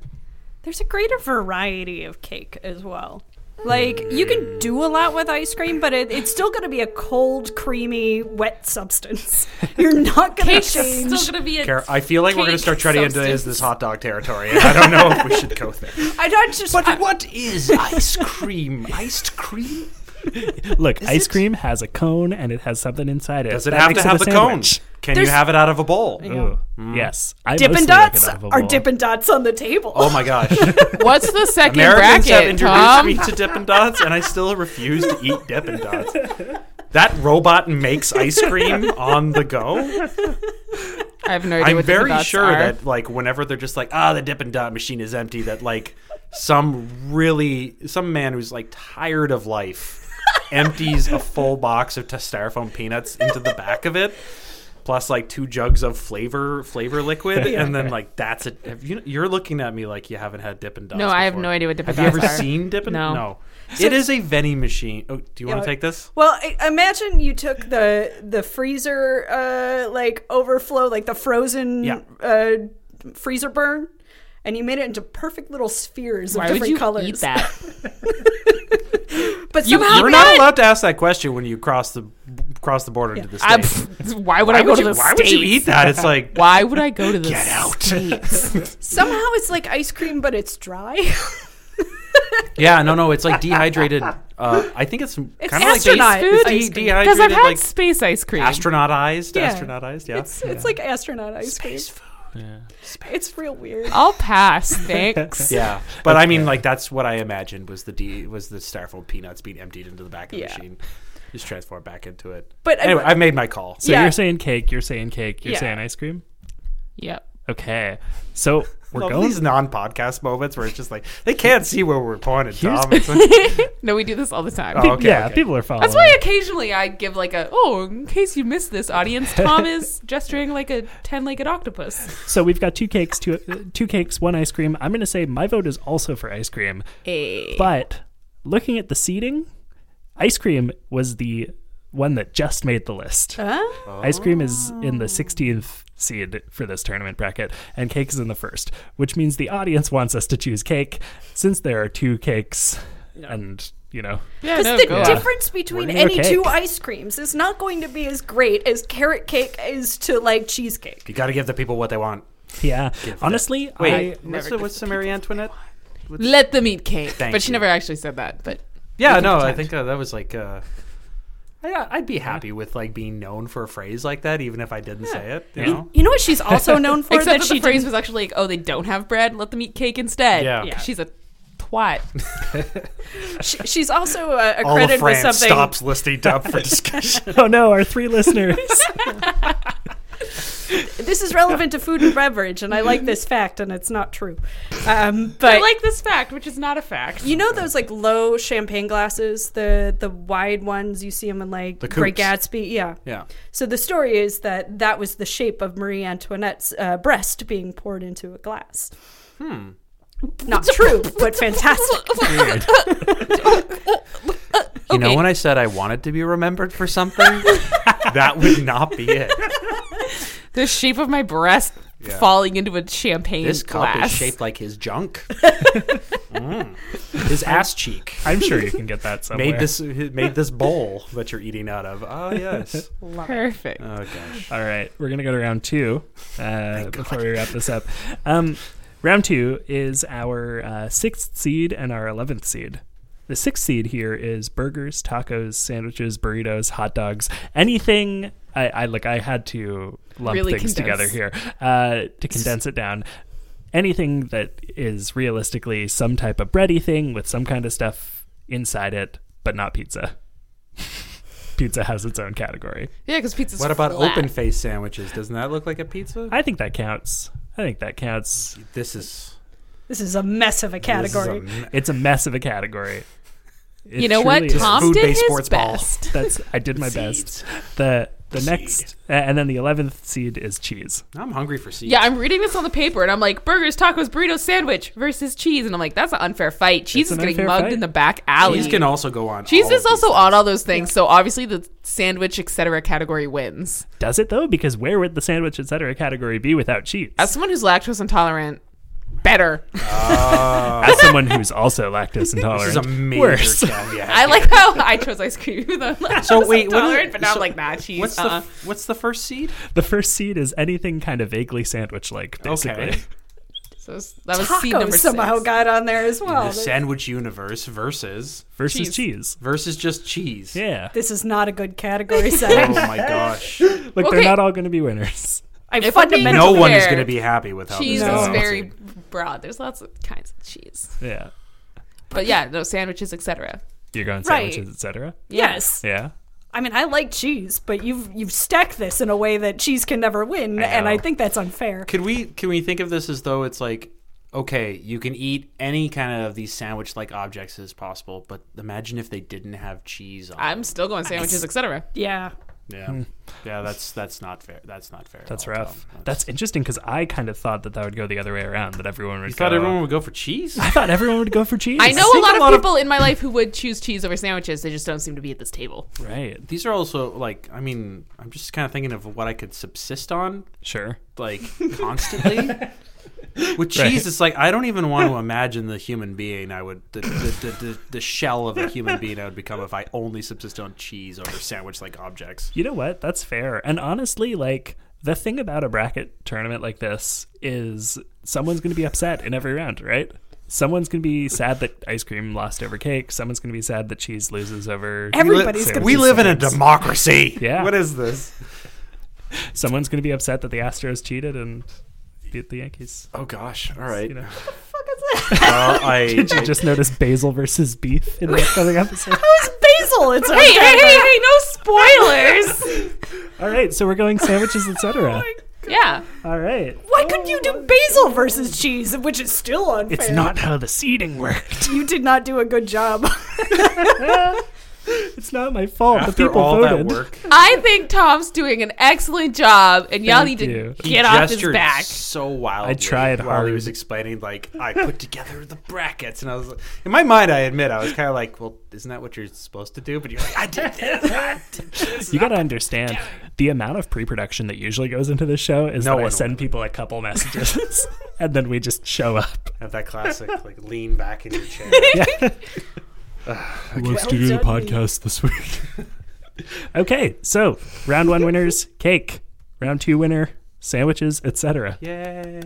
Speaker 3: There's a greater variety of cake as well. Like you
Speaker 5: Mm.
Speaker 3: can do a lot with ice cream, but it, it's still going to be a cold, creamy, wet substance. You're not going to
Speaker 2: Cake's
Speaker 3: change.
Speaker 2: still gonna be a
Speaker 5: Kara, I feel like we're gonna
Speaker 2: Cake
Speaker 5: start treading into is
Speaker 2: substance.
Speaker 5: this hot dog territory, and I don't know if we should go there.
Speaker 3: I don't just. I-
Speaker 5: But what is ice cream? Iced cream?
Speaker 4: Look, ice cream has a cone and it has something inside it.
Speaker 5: Does it
Speaker 4: That
Speaker 5: have
Speaker 4: makes
Speaker 5: to have
Speaker 4: a
Speaker 5: the cone?
Speaker 4: sandwich.
Speaker 5: Can
Speaker 3: There's-
Speaker 5: you have it out of a bowl?
Speaker 4: Ooh,
Speaker 5: Mm.
Speaker 4: yes. I
Speaker 3: Dippin'
Speaker 4: mostly like it
Speaker 3: Dots
Speaker 4: out of a
Speaker 3: are
Speaker 4: bowl.
Speaker 3: Dippin' Dots on the table.
Speaker 5: Oh my gosh!
Speaker 2: What's the second
Speaker 5: Americans have
Speaker 2: bracket,
Speaker 5: introduced me
Speaker 2: Tom?
Speaker 5: to Dippin' Dots, and I still refuse to eat Dippin' Dots. That robot makes ice cream on the go.
Speaker 2: I have no idea
Speaker 5: I'm
Speaker 2: what Dippin'
Speaker 5: very
Speaker 2: Dots
Speaker 5: sure
Speaker 2: are.
Speaker 5: that, like, whenever they're just like, "Ah, the Dippin' Dot machine is empty," that like some really some man who's like tired of life empties a full box of styrofoam peanuts into the back of it. plus like two jugs of flavor flavor liquid, and then like that's it. Have you, you're looking at me like you haven't had Dippin' Dots.
Speaker 2: No, I have
Speaker 5: before.
Speaker 2: no idea what Dippin'
Speaker 5: Have you ever
Speaker 2: Dots are.
Speaker 5: seen Dippin'?
Speaker 2: No.
Speaker 5: it is a vending machine. Oh, do you want
Speaker 3: Yeah.
Speaker 5: to take this?
Speaker 3: Well, i- imagine you took the the freezer uh, like overflow, like the frozen
Speaker 5: Yeah.
Speaker 3: uh, freezer burn, and you made it into perfect little spheres of
Speaker 2: Why
Speaker 3: different
Speaker 2: would you
Speaker 3: colors.
Speaker 2: eat that?
Speaker 3: But somehow
Speaker 5: You're not allowed to ask that question when you cross the cross the border into the
Speaker 2: I,
Speaker 5: states.
Speaker 2: why would I go
Speaker 5: would
Speaker 2: to
Speaker 5: you,
Speaker 2: the
Speaker 5: why would you
Speaker 2: States?
Speaker 5: eat that? It's like
Speaker 2: Why would I go to the
Speaker 5: Get out.
Speaker 2: States?
Speaker 3: somehow it's like ice cream, but it's dry.
Speaker 5: yeah, no, no, it's like dehydrated. Uh, I think it's kind of like
Speaker 3: astronaut
Speaker 5: de-
Speaker 3: food.
Speaker 5: de-
Speaker 3: ice cream.
Speaker 2: Because I've
Speaker 5: dehydrated
Speaker 2: had
Speaker 5: like
Speaker 2: space ice cream.
Speaker 5: astronautized,
Speaker 3: Yeah.
Speaker 5: astronautized. Yeah,
Speaker 3: It's, it's like astronaut ice cream.
Speaker 4: Yeah.
Speaker 3: It's real weird.
Speaker 2: I'll pass, thanks.
Speaker 5: Yeah, but I mean, like that's what I imagined was the D was the styrofoam peanuts being emptied into the back of
Speaker 3: Yeah.
Speaker 5: the machine, just transformed back into it.
Speaker 3: But I-
Speaker 5: anyway, I, have made my call.
Speaker 4: So
Speaker 3: Yeah.
Speaker 4: you're saying cake, you're saying cake, you're
Speaker 3: Yeah.
Speaker 4: saying ice cream?
Speaker 2: Yep.
Speaker 4: Okay. So we're
Speaker 5: Love
Speaker 4: going
Speaker 5: these non-podcast moments where it's just like they can't see where we're pointed, Tom. It's like,
Speaker 2: No, we do this all the time.
Speaker 5: Oh, okay,
Speaker 4: yeah,
Speaker 5: okay.
Speaker 4: people are following.
Speaker 2: That's why occasionally I give like a oh, in case you missed this, audience, Tom is gesturing like a ten-legged octopus.
Speaker 4: So we've got two cakes, two uh, two cakes, one ice cream. I'm going to say my vote is also for ice cream.
Speaker 2: Hey.
Speaker 4: But looking at the seating, ice cream was the one that just made the list. Ice cream is in the 16th seed for this tournament bracket, and cake is in the first, which means the audience wants us to choose cake since there are two cakes, and you know,
Speaker 2: Yeah,
Speaker 3: Because
Speaker 2: no,
Speaker 3: the
Speaker 2: go on.
Speaker 3: difference between
Speaker 4: We're gonna
Speaker 3: any
Speaker 4: go
Speaker 3: two
Speaker 4: cake.
Speaker 3: ice creams is not going to be as great as carrot cake is to like cheesecake.
Speaker 5: you got to give the people what they want.
Speaker 4: yeah. Honestly, I,
Speaker 5: Wait, what's the, what's the Marie Antoinette?
Speaker 2: Let them eat cake.
Speaker 5: Thank
Speaker 2: but she
Speaker 5: you.
Speaker 2: never actually said that. But
Speaker 5: Yeah, no, I
Speaker 2: pretend.
Speaker 5: think uh, that was like uh, I, I'd be happy with like being known for a phrase like that, even if I didn't say it. You
Speaker 4: Yeah.
Speaker 5: know?
Speaker 3: You know what she's also known for?
Speaker 2: Except that,
Speaker 3: she
Speaker 2: the phrase
Speaker 3: didn't-
Speaker 2: was actually like, "Oh, they don't have bread. Let them eat cake instead."
Speaker 5: Yeah.
Speaker 2: Yeah. she's a twat.
Speaker 3: she, she's
Speaker 5: All
Speaker 3: also uh,
Speaker 5: of
Speaker 3: accredited with
Speaker 5: France
Speaker 3: something.
Speaker 5: stops listing up for discussion.
Speaker 4: oh no, our three listeners.
Speaker 3: This is relevant to food and beverage, and I like this fact, and it's not true. Um, but
Speaker 2: I like this fact, which is not a fact.
Speaker 3: You know those like low champagne glasses, the the wide ones you see them in like
Speaker 5: The
Speaker 3: Great
Speaker 5: coupes.
Speaker 3: Gatsby. Yeah.
Speaker 5: yeah.
Speaker 3: So the story is that that was the shape of Marie Antoinette's uh, breast being poured into a glass. Hmm. Not true, but fantastic.
Speaker 5: You know when I said I wanted to be remembered for something? that would not be it.
Speaker 2: The shape of my breast falling into a champagne
Speaker 5: This cup
Speaker 2: glass.
Speaker 5: is shaped like his junk. Mm. His ass cheek.
Speaker 4: I'm sure you can get that somewhere.
Speaker 5: Made this made this bowl that you're eating out of. Oh yes.
Speaker 2: Perfect.
Speaker 5: Oh gosh.
Speaker 4: All right, we're gonna go to round two uh, before we wrap this up. Um, round two is our uh, sixth seed and our eleventh seed. The sixth seed here is burgers, tacos, sandwiches, burritos, hot dogs, anything. I, I look. I had to lump
Speaker 2: Really
Speaker 4: things together
Speaker 2: condense.
Speaker 4: here uh, to condense it down. Anything that is realistically some type of bready thing with some kind of stuff inside it, but not pizza. pizza has its own category.
Speaker 2: yeah, because pizza's
Speaker 5: What about
Speaker 2: flat.
Speaker 5: open face sandwiches? Doesn't that look like a pizza?
Speaker 4: I think that counts. I think that counts.
Speaker 5: this is
Speaker 3: this is a mess of a
Speaker 5: this is a
Speaker 3: category.
Speaker 5: me-
Speaker 4: It's a mess of a category. It
Speaker 2: You know what?
Speaker 4: truly is.
Speaker 2: Tom did
Speaker 5: food-based
Speaker 2: his
Speaker 5: sports ball.
Speaker 2: best.
Speaker 4: That's I did my best. The the next uh, and then the eleventh seed is cheese.
Speaker 5: I'm hungry for seeds.
Speaker 2: Yeah, I'm reading this on the paper, and I'm like, burgers, tacos, burrito, sandwich versus cheese, and I'm like, that's an unfair fight. Cheese
Speaker 4: It's
Speaker 2: is
Speaker 4: an
Speaker 2: getting
Speaker 4: unfair
Speaker 2: mugged
Speaker 4: fight.
Speaker 2: in the back alley.
Speaker 5: Cheese can also go on.
Speaker 2: Cheese
Speaker 5: all
Speaker 2: is
Speaker 5: of these
Speaker 2: also on
Speaker 5: things.
Speaker 2: all those things, so obviously the sandwich, etc. category wins.
Speaker 4: Does it though? Because where would the sandwich etc. category be without cheese?
Speaker 2: As someone who's lactose intolerant, better.
Speaker 5: Uh,
Speaker 4: As someone who's also lactose
Speaker 5: This is a
Speaker 4: intolerant,
Speaker 5: major
Speaker 4: worse.
Speaker 5: caveat.
Speaker 2: I like how I chose ice cream. Though.
Speaker 5: So wait, what is-
Speaker 2: intolerant, but now I'm
Speaker 5: so
Speaker 2: like, nah, cheese.
Speaker 5: What's
Speaker 2: uh-uh.
Speaker 5: the what's the first seed?
Speaker 4: the first seed is anything kind of vaguely sandwich-like, basically.
Speaker 5: Okay.
Speaker 2: So it's- that was seed
Speaker 3: Taco
Speaker 2: number
Speaker 3: somehow
Speaker 2: six.
Speaker 3: got on there as well.
Speaker 4: Oh,
Speaker 5: the sandwich universe versus
Speaker 4: Versus
Speaker 2: Cheese.
Speaker 4: cheese.
Speaker 5: versus just cheese.
Speaker 4: Yeah,
Speaker 3: This is not a good category,
Speaker 5: Oh
Speaker 3: so
Speaker 5: my gosh.
Speaker 4: look,
Speaker 2: Okay.
Speaker 4: they're not all going to be winners.
Speaker 3: I'm
Speaker 2: If I'm being
Speaker 3: fundamentally
Speaker 5: no one is
Speaker 2: fair,
Speaker 5: going to be happy with how
Speaker 2: Cheese
Speaker 5: this
Speaker 3: No.
Speaker 2: is
Speaker 5: is
Speaker 2: very broad. There's lots of kinds of cheese,
Speaker 4: Yeah,
Speaker 2: but yeah, no sandwiches, etc.
Speaker 4: you're going
Speaker 3: Right.
Speaker 4: sandwiches etc.
Speaker 3: Yes.
Speaker 4: Yeah.
Speaker 3: I mean, I like cheese, but you've you've stacked this in a way that cheese can never win, and I
Speaker 5: know.
Speaker 3: think that's unfair.
Speaker 5: Could we can we think of this as though it's like okay, you can eat any kind of these sandwich-like objects as possible, but imagine if they didn't have cheese on.
Speaker 2: I'm still going sandwiches, etc.
Speaker 3: Yeah.
Speaker 5: it. yeah. Yeah, that's that's not fair. That's not fair. at
Speaker 4: Hmm. That's
Speaker 5: all,
Speaker 4: rough.
Speaker 5: Tom.
Speaker 4: That's interesting because I kind of thought that that would go the other way around. That everyone would.
Speaker 5: You thought
Speaker 4: go,
Speaker 5: everyone would go for cheese?
Speaker 4: I thought everyone would go for cheese.
Speaker 2: I know a
Speaker 5: think
Speaker 2: lot,
Speaker 5: a lot
Speaker 2: of
Speaker 5: of-
Speaker 2: people in my life who would choose cheese over sandwiches. They just don't seem to be at this table.
Speaker 4: Right.
Speaker 5: These are also like I mean, I'm just kind of thinking of what I could subsist on
Speaker 4: Sure.
Speaker 5: like constantly. With cheese,
Speaker 4: Right.
Speaker 5: it's like I don't even want to imagine the human being I would, the, the, the, the, the shell of a human being I would become if I only subsisted on cheese over sandwich like objects.
Speaker 4: You know what? That's fair. And honestly, like the thing about a bracket tournament like this is someone's going to be upset in every round, right? Someone's going to be sad that ice cream lost over cake. Someone's going to be sad that cheese loses over.
Speaker 3: Everybody's gonna
Speaker 5: we
Speaker 4: be
Speaker 5: live in a
Speaker 4: sometimes.
Speaker 5: democracy.
Speaker 4: Yeah.
Speaker 5: What is this?
Speaker 4: Someone's going to be upset that the Astros cheated and beat the Yankees.
Speaker 5: Oh gosh. All right.
Speaker 4: You know,
Speaker 5: Well, I,
Speaker 4: did you just notice basil versus beef in the upcoming episode?
Speaker 3: Who's basil? It's
Speaker 2: Hey, hey, hey, hey! No spoilers.
Speaker 4: All right, so we're going sandwiches, etc.
Speaker 2: yeah,
Speaker 4: All right.
Speaker 3: Why couldn't you do basil versus cheese, which is still unfair?
Speaker 4: It's not how the seeding worked.
Speaker 3: You did not do a good job.
Speaker 4: It's not my fault. the
Speaker 5: after
Speaker 4: people
Speaker 5: all
Speaker 4: voted.
Speaker 5: that work,
Speaker 2: I think Tom's doing an excellent job, and y'all
Speaker 4: Thank
Speaker 2: need
Speaker 4: you.
Speaker 2: to
Speaker 5: he
Speaker 2: get off his
Speaker 5: gestured
Speaker 2: back.
Speaker 5: so wildly.
Speaker 4: I tried
Speaker 5: while he was
Speaker 4: hard.
Speaker 5: explaining. Like I put together the brackets, and I was in my mind. I admit I was kind of like, well, isn't that what you're supposed to do? But you're like, I did this. I did this.
Speaker 4: You got to understand the amount of pre-production that usually goes into this show is
Speaker 5: No
Speaker 4: that I
Speaker 5: one
Speaker 4: send
Speaker 5: will.
Speaker 4: people a couple messages and then we just show up.
Speaker 5: Have that classic like lean back in your chair.
Speaker 4: Who wants to do the podcast this week? okay, so round one winners, cake. Round two winner, sandwiches, etc.
Speaker 5: Yay.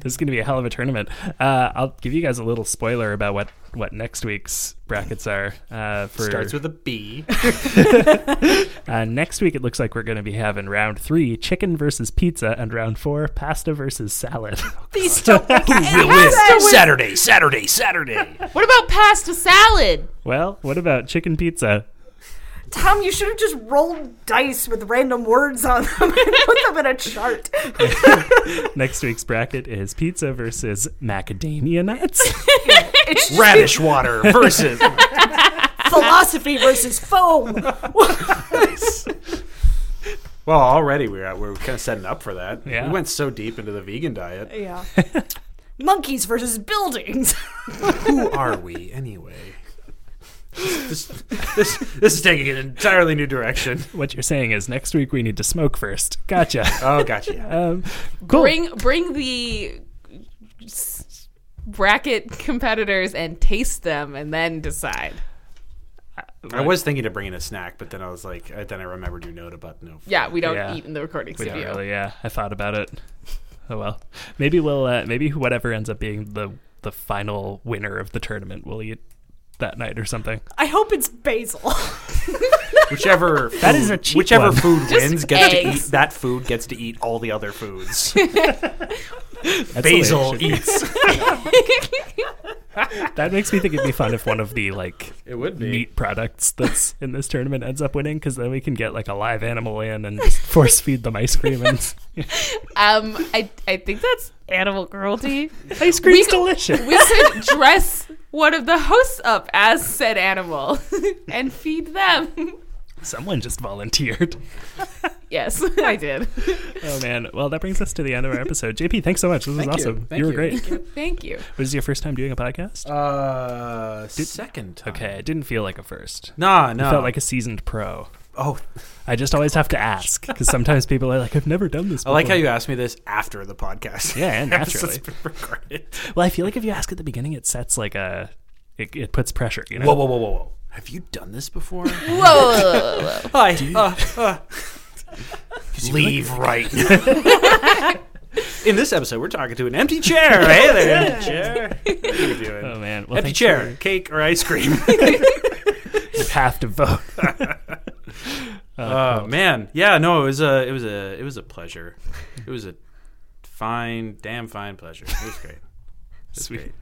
Speaker 4: This is going to be a hell of a tournament. Uh, I'll give you guys a little spoiler about what, what next week's brackets are. Uh, for
Speaker 5: Starts with a B.
Speaker 4: uh, next week, it looks like we're going to be having round three chicken versus pizza, and round four pasta versus salad. Oh,
Speaker 3: These don't make
Speaker 5: Who will win? Saturday, Saturday, Saturday.
Speaker 2: What about pasta salad?
Speaker 4: well, what about chicken pizza?
Speaker 3: Tom, you should have just rolled dice with random words on them and put them in a chart.
Speaker 4: Next week's bracket is pizza versus macadamia nuts.
Speaker 5: Radish water versus.
Speaker 3: Philosophy versus foam.
Speaker 5: well, already we're at, we're kind of setting up for that.
Speaker 4: Yeah.
Speaker 5: We went so deep into the vegan diet.
Speaker 3: Yeah. Monkeys versus buildings.
Speaker 5: Who are we anyway? This, this, this, this is taking an entirely new direction.
Speaker 4: what you're saying is next week we need to smoke first. Gotcha.
Speaker 3: Uh,
Speaker 5: Oh, gotcha.
Speaker 4: Um, cool.
Speaker 2: Bring bring the s- bracket competitors and taste them, and then decide.
Speaker 5: I was thinking of bringing a snack, but then I was like, uh, then I remembered you note about no.
Speaker 2: Yeah, we don't
Speaker 4: Yeah.
Speaker 2: eat in the recording
Speaker 4: We don't
Speaker 2: studio.
Speaker 4: really, yeah, I thought about it. Oh well, maybe we'll uh, maybe whatever ends up being the the final winner of the tournament, we'll eat that night or something.
Speaker 3: I hope it's basil.
Speaker 5: Whichever food,
Speaker 4: That is a cheap
Speaker 5: whichever
Speaker 4: one.
Speaker 5: food wins gets to
Speaker 2: eggs.
Speaker 5: eat that food gets to eat all the other foods.
Speaker 4: That's the way it should
Speaker 5: Basil
Speaker 4: be.
Speaker 5: eats.
Speaker 4: That makes me think it'd be fun if one of the like
Speaker 5: It would
Speaker 4: meat products that's in this tournament ends up winning, because then we can get like a live animal in and just force feed them ice cream and
Speaker 2: Um, I I think that's animal cruelty.
Speaker 4: ice cream's
Speaker 2: We-
Speaker 4: delicious.
Speaker 2: We could dress one of the hosts up as said animal and feed them.
Speaker 4: Someone just volunteered.
Speaker 2: Yes, I did.
Speaker 4: Oh man. Well, that brings us to the end of our episode. JP, thanks so much. This
Speaker 5: Thank
Speaker 4: was
Speaker 5: you.
Speaker 4: awesome.
Speaker 5: Thank
Speaker 4: were
Speaker 5: you.
Speaker 4: great.
Speaker 2: Thank you.
Speaker 4: Was this your first time doing a podcast?
Speaker 5: Uh, second time.
Speaker 4: okay, it didn't feel like a first.
Speaker 5: Nah, no.
Speaker 4: I felt like a seasoned pro.
Speaker 5: oh,
Speaker 4: I just always have to ask because sometimes people are like, "I've never done this."
Speaker 5: I
Speaker 4: Before.
Speaker 5: like how you asked me this after the podcast.
Speaker 4: Yeah, and naturally.
Speaker 5: Episode's been recorded.
Speaker 4: Well, I feel like if you ask at the beginning, it sets like a, it, it puts pressure. You know.
Speaker 5: Whoa, whoa, whoa, whoa, whoa! Have you done this before?
Speaker 2: Whoa, whoa, whoa, whoa, whoa.
Speaker 5: Hi. Uh, uh. Leave right. now. In this episode, we're talking to an empty chair. Hey there, empty chair. What are you doing?
Speaker 4: Oh man. Well,
Speaker 5: empty
Speaker 4: thanks
Speaker 5: chair, cake or ice cream.
Speaker 4: for- You have to vote.
Speaker 5: Oh man, yeah, no, it was a, it was a, it was a pleasure. It was a fine, damn fine pleasure. It was great.
Speaker 4: Sweet.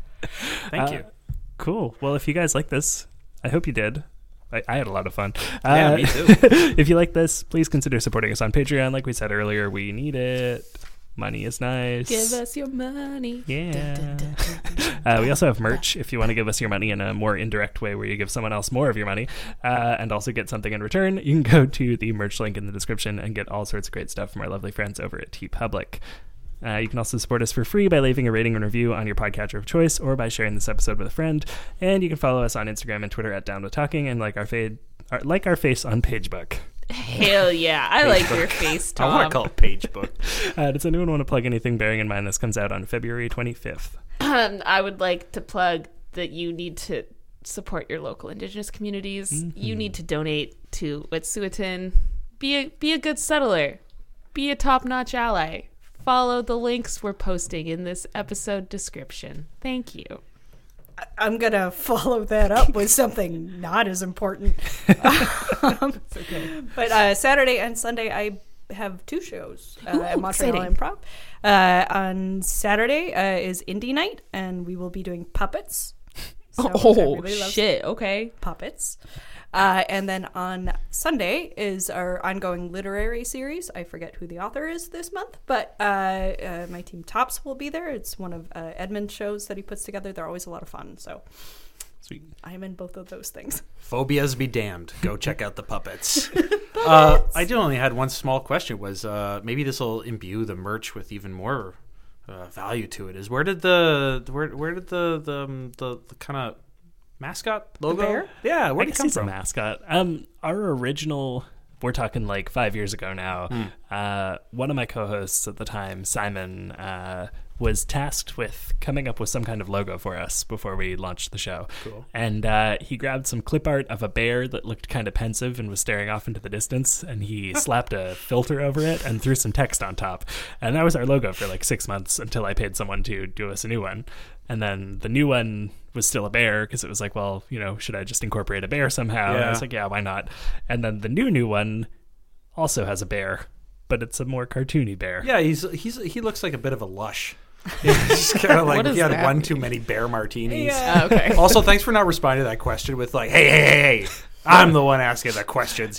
Speaker 5: Thank
Speaker 4: Uh,
Speaker 5: you.
Speaker 4: Cool. Well, if you guys like this, I hope you did. I, I had a lot of fun.
Speaker 5: Yeah,
Speaker 4: Uh,
Speaker 5: me too.
Speaker 4: if you like this, please consider supporting us on Patreon. Like we said earlier, we need it. Money is nice.
Speaker 2: Give us your money.
Speaker 4: Yeah. Uh, we also have merch if you want to give us your money in a more indirect way where you give someone else more of your money uh, and also get something in return. You can go to the merch link in the description and get all sorts of great stuff from our lovely friends over at T Public. Uh, you can also support us for free by leaving a rating and review on your podcatcher of choice or by sharing this episode with a friend. And you can follow us on Instagram and Twitter at Down with Talking and like our, fade, our, like our face on PageBook.
Speaker 2: Hell yeah. I like your face, Tom.
Speaker 5: I want to call it page book.
Speaker 4: Uh, does anyone want to plug anything bearing in mind this comes out on February 25th?
Speaker 2: Um, I would like to plug that you need to support your local Indigenous communities.
Speaker 5: Mm-hmm.
Speaker 2: You need to donate to Wet'suwet'en. Be a be a good settler. Be a top notch ally. Follow the links we're posting in this episode description. Thank you.
Speaker 3: I'm going to follow that up with something not as important. Um, But uh, Saturday and Sunday, I have two shows uh, at
Speaker 2: Ooh,
Speaker 3: Montreal
Speaker 2: exciting.
Speaker 3: Improv. Uh, on Saturday uh, is Indie Night, and we will be doing puppets. So if
Speaker 5: Oh,
Speaker 3: everybody loves
Speaker 2: Oh, shit. Okay.
Speaker 3: puppets. Uh, and then on Sunday is our ongoing literary series. I forget who the author is this month, but uh, uh, my team Tops will be there. It's one of uh, Edmund's shows that he puts together. They're always a lot of fun. So
Speaker 4: Sweet.
Speaker 3: I'm in both of those things.
Speaker 5: Phobias be damned. Go check out the puppets. uh, I did only had one small question. Was uh, maybe this will imbue the merch with even more uh, value to it? Is where did the where where did the the um, the, the kind of mascot logo?
Speaker 3: bear?
Speaker 5: Yeah, where
Speaker 4: I
Speaker 5: did it
Speaker 4: guess
Speaker 5: come
Speaker 4: he's a
Speaker 5: from?
Speaker 4: mascot. Um, our original, we're talking
Speaker 5: Hmm.
Speaker 4: like five years ago now. Uh, one of my co-hosts at the time, Simon, uh, was tasked with coming up with some kind of logo for us before we launched the show. Cool. And uh, he grabbed some clip art of a bear that looked kind of pensive and was staring off into the distance, and he slapped a filter over it and threw some text on top. And that was our logo for like six months until I paid someone to do us a new one. And then the new one was still a bear because it was like, well, you know, should I just incorporate a bear somehow? And I
Speaker 5: Yeah.
Speaker 4: was like, yeah, why not? And then the new, new one also has a bear, but it's a more cartoony bear.
Speaker 5: Yeah, he's he's he looks like a bit of a lush. He's kind of like
Speaker 2: What does
Speaker 5: he had
Speaker 2: that
Speaker 5: one too many bear martinis.
Speaker 3: Yeah.
Speaker 2: Oh, okay.
Speaker 5: Also, thanks for not responding to that question with like, hey, hey, hey, hey, I'm the one asking the questions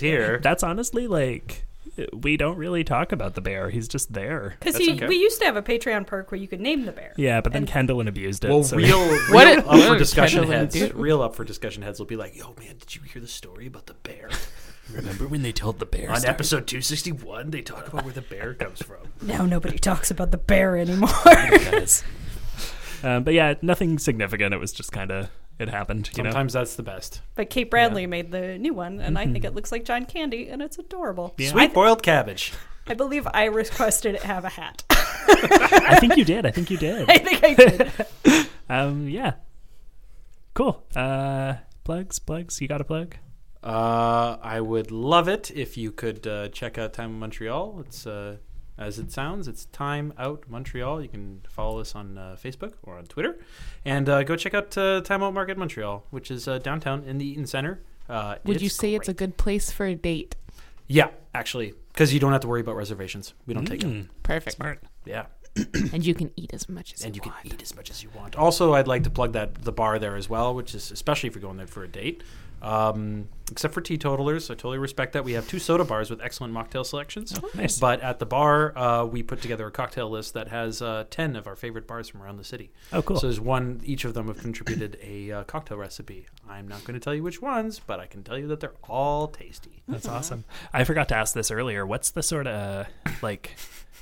Speaker 5: here.
Speaker 4: That's honestly like we don't really talk about the bear. He's just there.
Speaker 3: Because
Speaker 5: That's
Speaker 3: he,
Speaker 5: okay.
Speaker 3: we used to have a Patreon perk where you could name the bear.
Speaker 4: Yeah, but then Kendall abused it.
Speaker 5: Well,
Speaker 4: so
Speaker 5: real,
Speaker 2: What it-
Speaker 5: real up
Speaker 2: what
Speaker 5: for
Speaker 2: it
Speaker 5: discussion
Speaker 2: kinda
Speaker 5: heads,
Speaker 2: would do.
Speaker 5: real up for discussion heads will be like, yo, man, did you hear the story about the bear?
Speaker 4: remember when they told the bear
Speaker 5: On episode 261, they talk about where the bear comes from.
Speaker 3: Now nobody talks about the bear anymore.
Speaker 4: guys? um, but yeah, nothing significant. It was just kind of it happened. You know.
Speaker 5: Sometimes that's the best.
Speaker 3: but Kate Bradley made the new one, and I think it looks like John Candy, and it's adorable.
Speaker 4: Yeah.
Speaker 5: Sweet boiled cabbage.
Speaker 3: I believe I requested it have a hat.
Speaker 4: I think you did. I think you did.
Speaker 3: I think I did.
Speaker 4: Um, yeah. Cool. Uh, plugs, plugs. You got a plug?
Speaker 5: Uh, I would love it if you could uh, check out Time Out Montreal. It's uh, as it sounds, it's Time Out Montreal. You can follow us on uh, Facebook or on Twitter, and uh, go check out uh, Time Out Market Montreal, which is uh, downtown in the Eaton Center. Uh,
Speaker 2: Would you say it's a
Speaker 5: great.
Speaker 2: good place for a date?
Speaker 5: yeah, actually, because you don't have to worry about reservations. We don't take
Speaker 4: Hmm, Mm.
Speaker 5: them.
Speaker 2: Perfect.
Speaker 4: Smart.
Speaker 5: Yeah,
Speaker 2: And you can eat as much as
Speaker 5: and you
Speaker 2: you,
Speaker 5: can
Speaker 2: want.
Speaker 5: eat as much as you want. Also, I'd like to plug that the bar there as well, which is especially if you're going there for a date. Um, except for teetotalers, I totally respect that. We have two soda bars with excellent mocktail selections.
Speaker 4: Oh, nice.
Speaker 5: But at the bar, uh, we put together a cocktail list that has uh, ten of our favorite bars from around the city.
Speaker 4: Oh, cool.
Speaker 5: So there's one. Each of them have contributed a uh, cocktail recipe. I'm not going to tell you which ones, but I can tell you that they're all tasty.
Speaker 4: That's awesome. I forgot to ask this earlier. What's the sort of like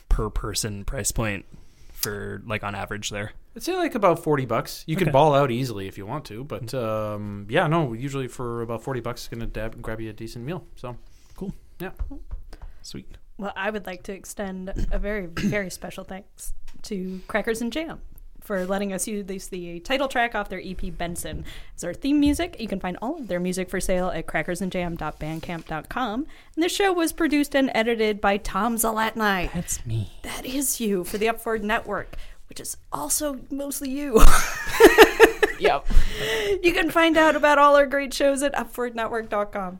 Speaker 4: per person price point for like on average there?
Speaker 5: I'd say like about forty bucks. You
Speaker 4: Okay. Mm-hmm.
Speaker 5: can ball out easily if you want to, but um, yeah, no. Usually for about forty bucks, it's gonna dab- grab you a decent meal. So
Speaker 4: Cool.
Speaker 5: Yeah.
Speaker 4: Sweet.
Speaker 3: Well, I would like to extend a very, very special thanks to Crackers and Jam for letting us use the title track off their EP Benson as our theme music. You can find all of their music for sale at crackersandjam.bandcamp.com. And this show was produced and edited by Tom Zalatni.
Speaker 4: That's me.
Speaker 3: That is you for the Upford Network, which is also mostly you.
Speaker 2: Yep.
Speaker 3: you can find out about all our great shows at upfordnetwork.com.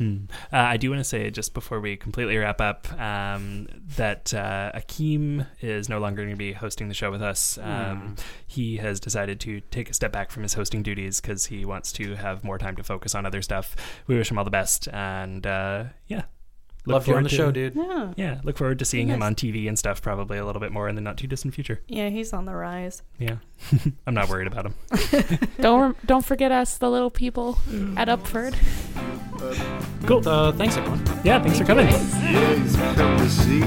Speaker 4: Uh, I do want to say just before we completely wrap up um, that uh, Akeem is no longer going to be hosting the show with us.
Speaker 5: Hmm.
Speaker 4: Um, He has decided to take a step back from his hosting duties because he wants to have more time to focus on other stuff. We wish him all the best, and uh, yeah, Look
Speaker 5: Love you on
Speaker 4: forward
Speaker 5: the
Speaker 4: to-
Speaker 5: show, dude.
Speaker 3: Yeah.
Speaker 4: Yeah, look forward to seeing him
Speaker 3: Yes.
Speaker 4: on TV and stuff probably a little bit more in the not too distant future.
Speaker 3: Yeah, he's on the rise.
Speaker 4: Yeah, I'm not worried about him.
Speaker 2: don't don't forget us, the little people
Speaker 5: Mm.
Speaker 2: at Upford.
Speaker 4: Cool.
Speaker 5: Uh, thanks, everyone.
Speaker 4: Yeah, thanks for coming.
Speaker 1: Yes, come to see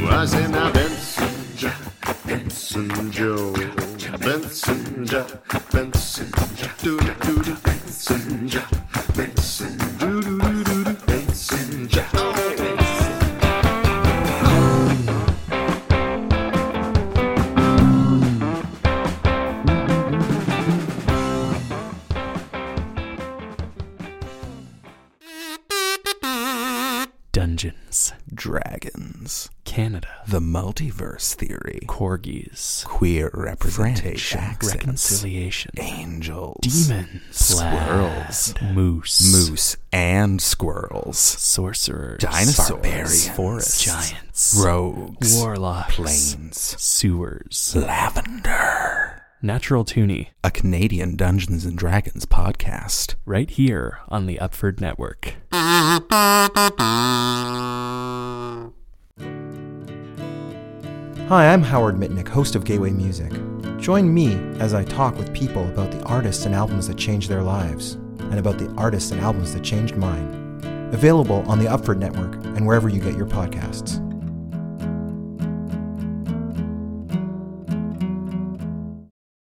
Speaker 1: you. Was in a Benson, Ja- Benson Joe, Benson, Ja- Benson, Ja- do do do do, Benson, Ja- Benson, do do do do do, Benson, Ja- oh, Benson.
Speaker 4: Dungeons,
Speaker 6: Dragons.
Speaker 4: Canada,
Speaker 6: The multiverse theory.
Speaker 4: corgis,
Speaker 6: Queer representation. accents,
Speaker 4: reconciliation,
Speaker 6: Angels.
Speaker 4: demons,
Speaker 6: Squirrels.
Speaker 4: plaid, moose,
Speaker 6: Moose and squirrels.
Speaker 4: sorcerers,
Speaker 6: Dinosaurs.
Speaker 4: barbarians,
Speaker 6: Forests.
Speaker 4: giants,
Speaker 6: Rogues.
Speaker 4: warlocks,
Speaker 6: Plains.
Speaker 4: sewers,
Speaker 6: Lavender.
Speaker 4: natural toonie.
Speaker 6: A Canadian Dungeons and Dragons podcast.
Speaker 4: Right here on the Upford Network.
Speaker 7: Hi, I'm Howard Mitnick, host of Gateway Music. Join me as I talk with people about the artists and albums that changed their lives, and about the artists and albums that changed mine. Available on the Upford Network and wherever you get your podcasts.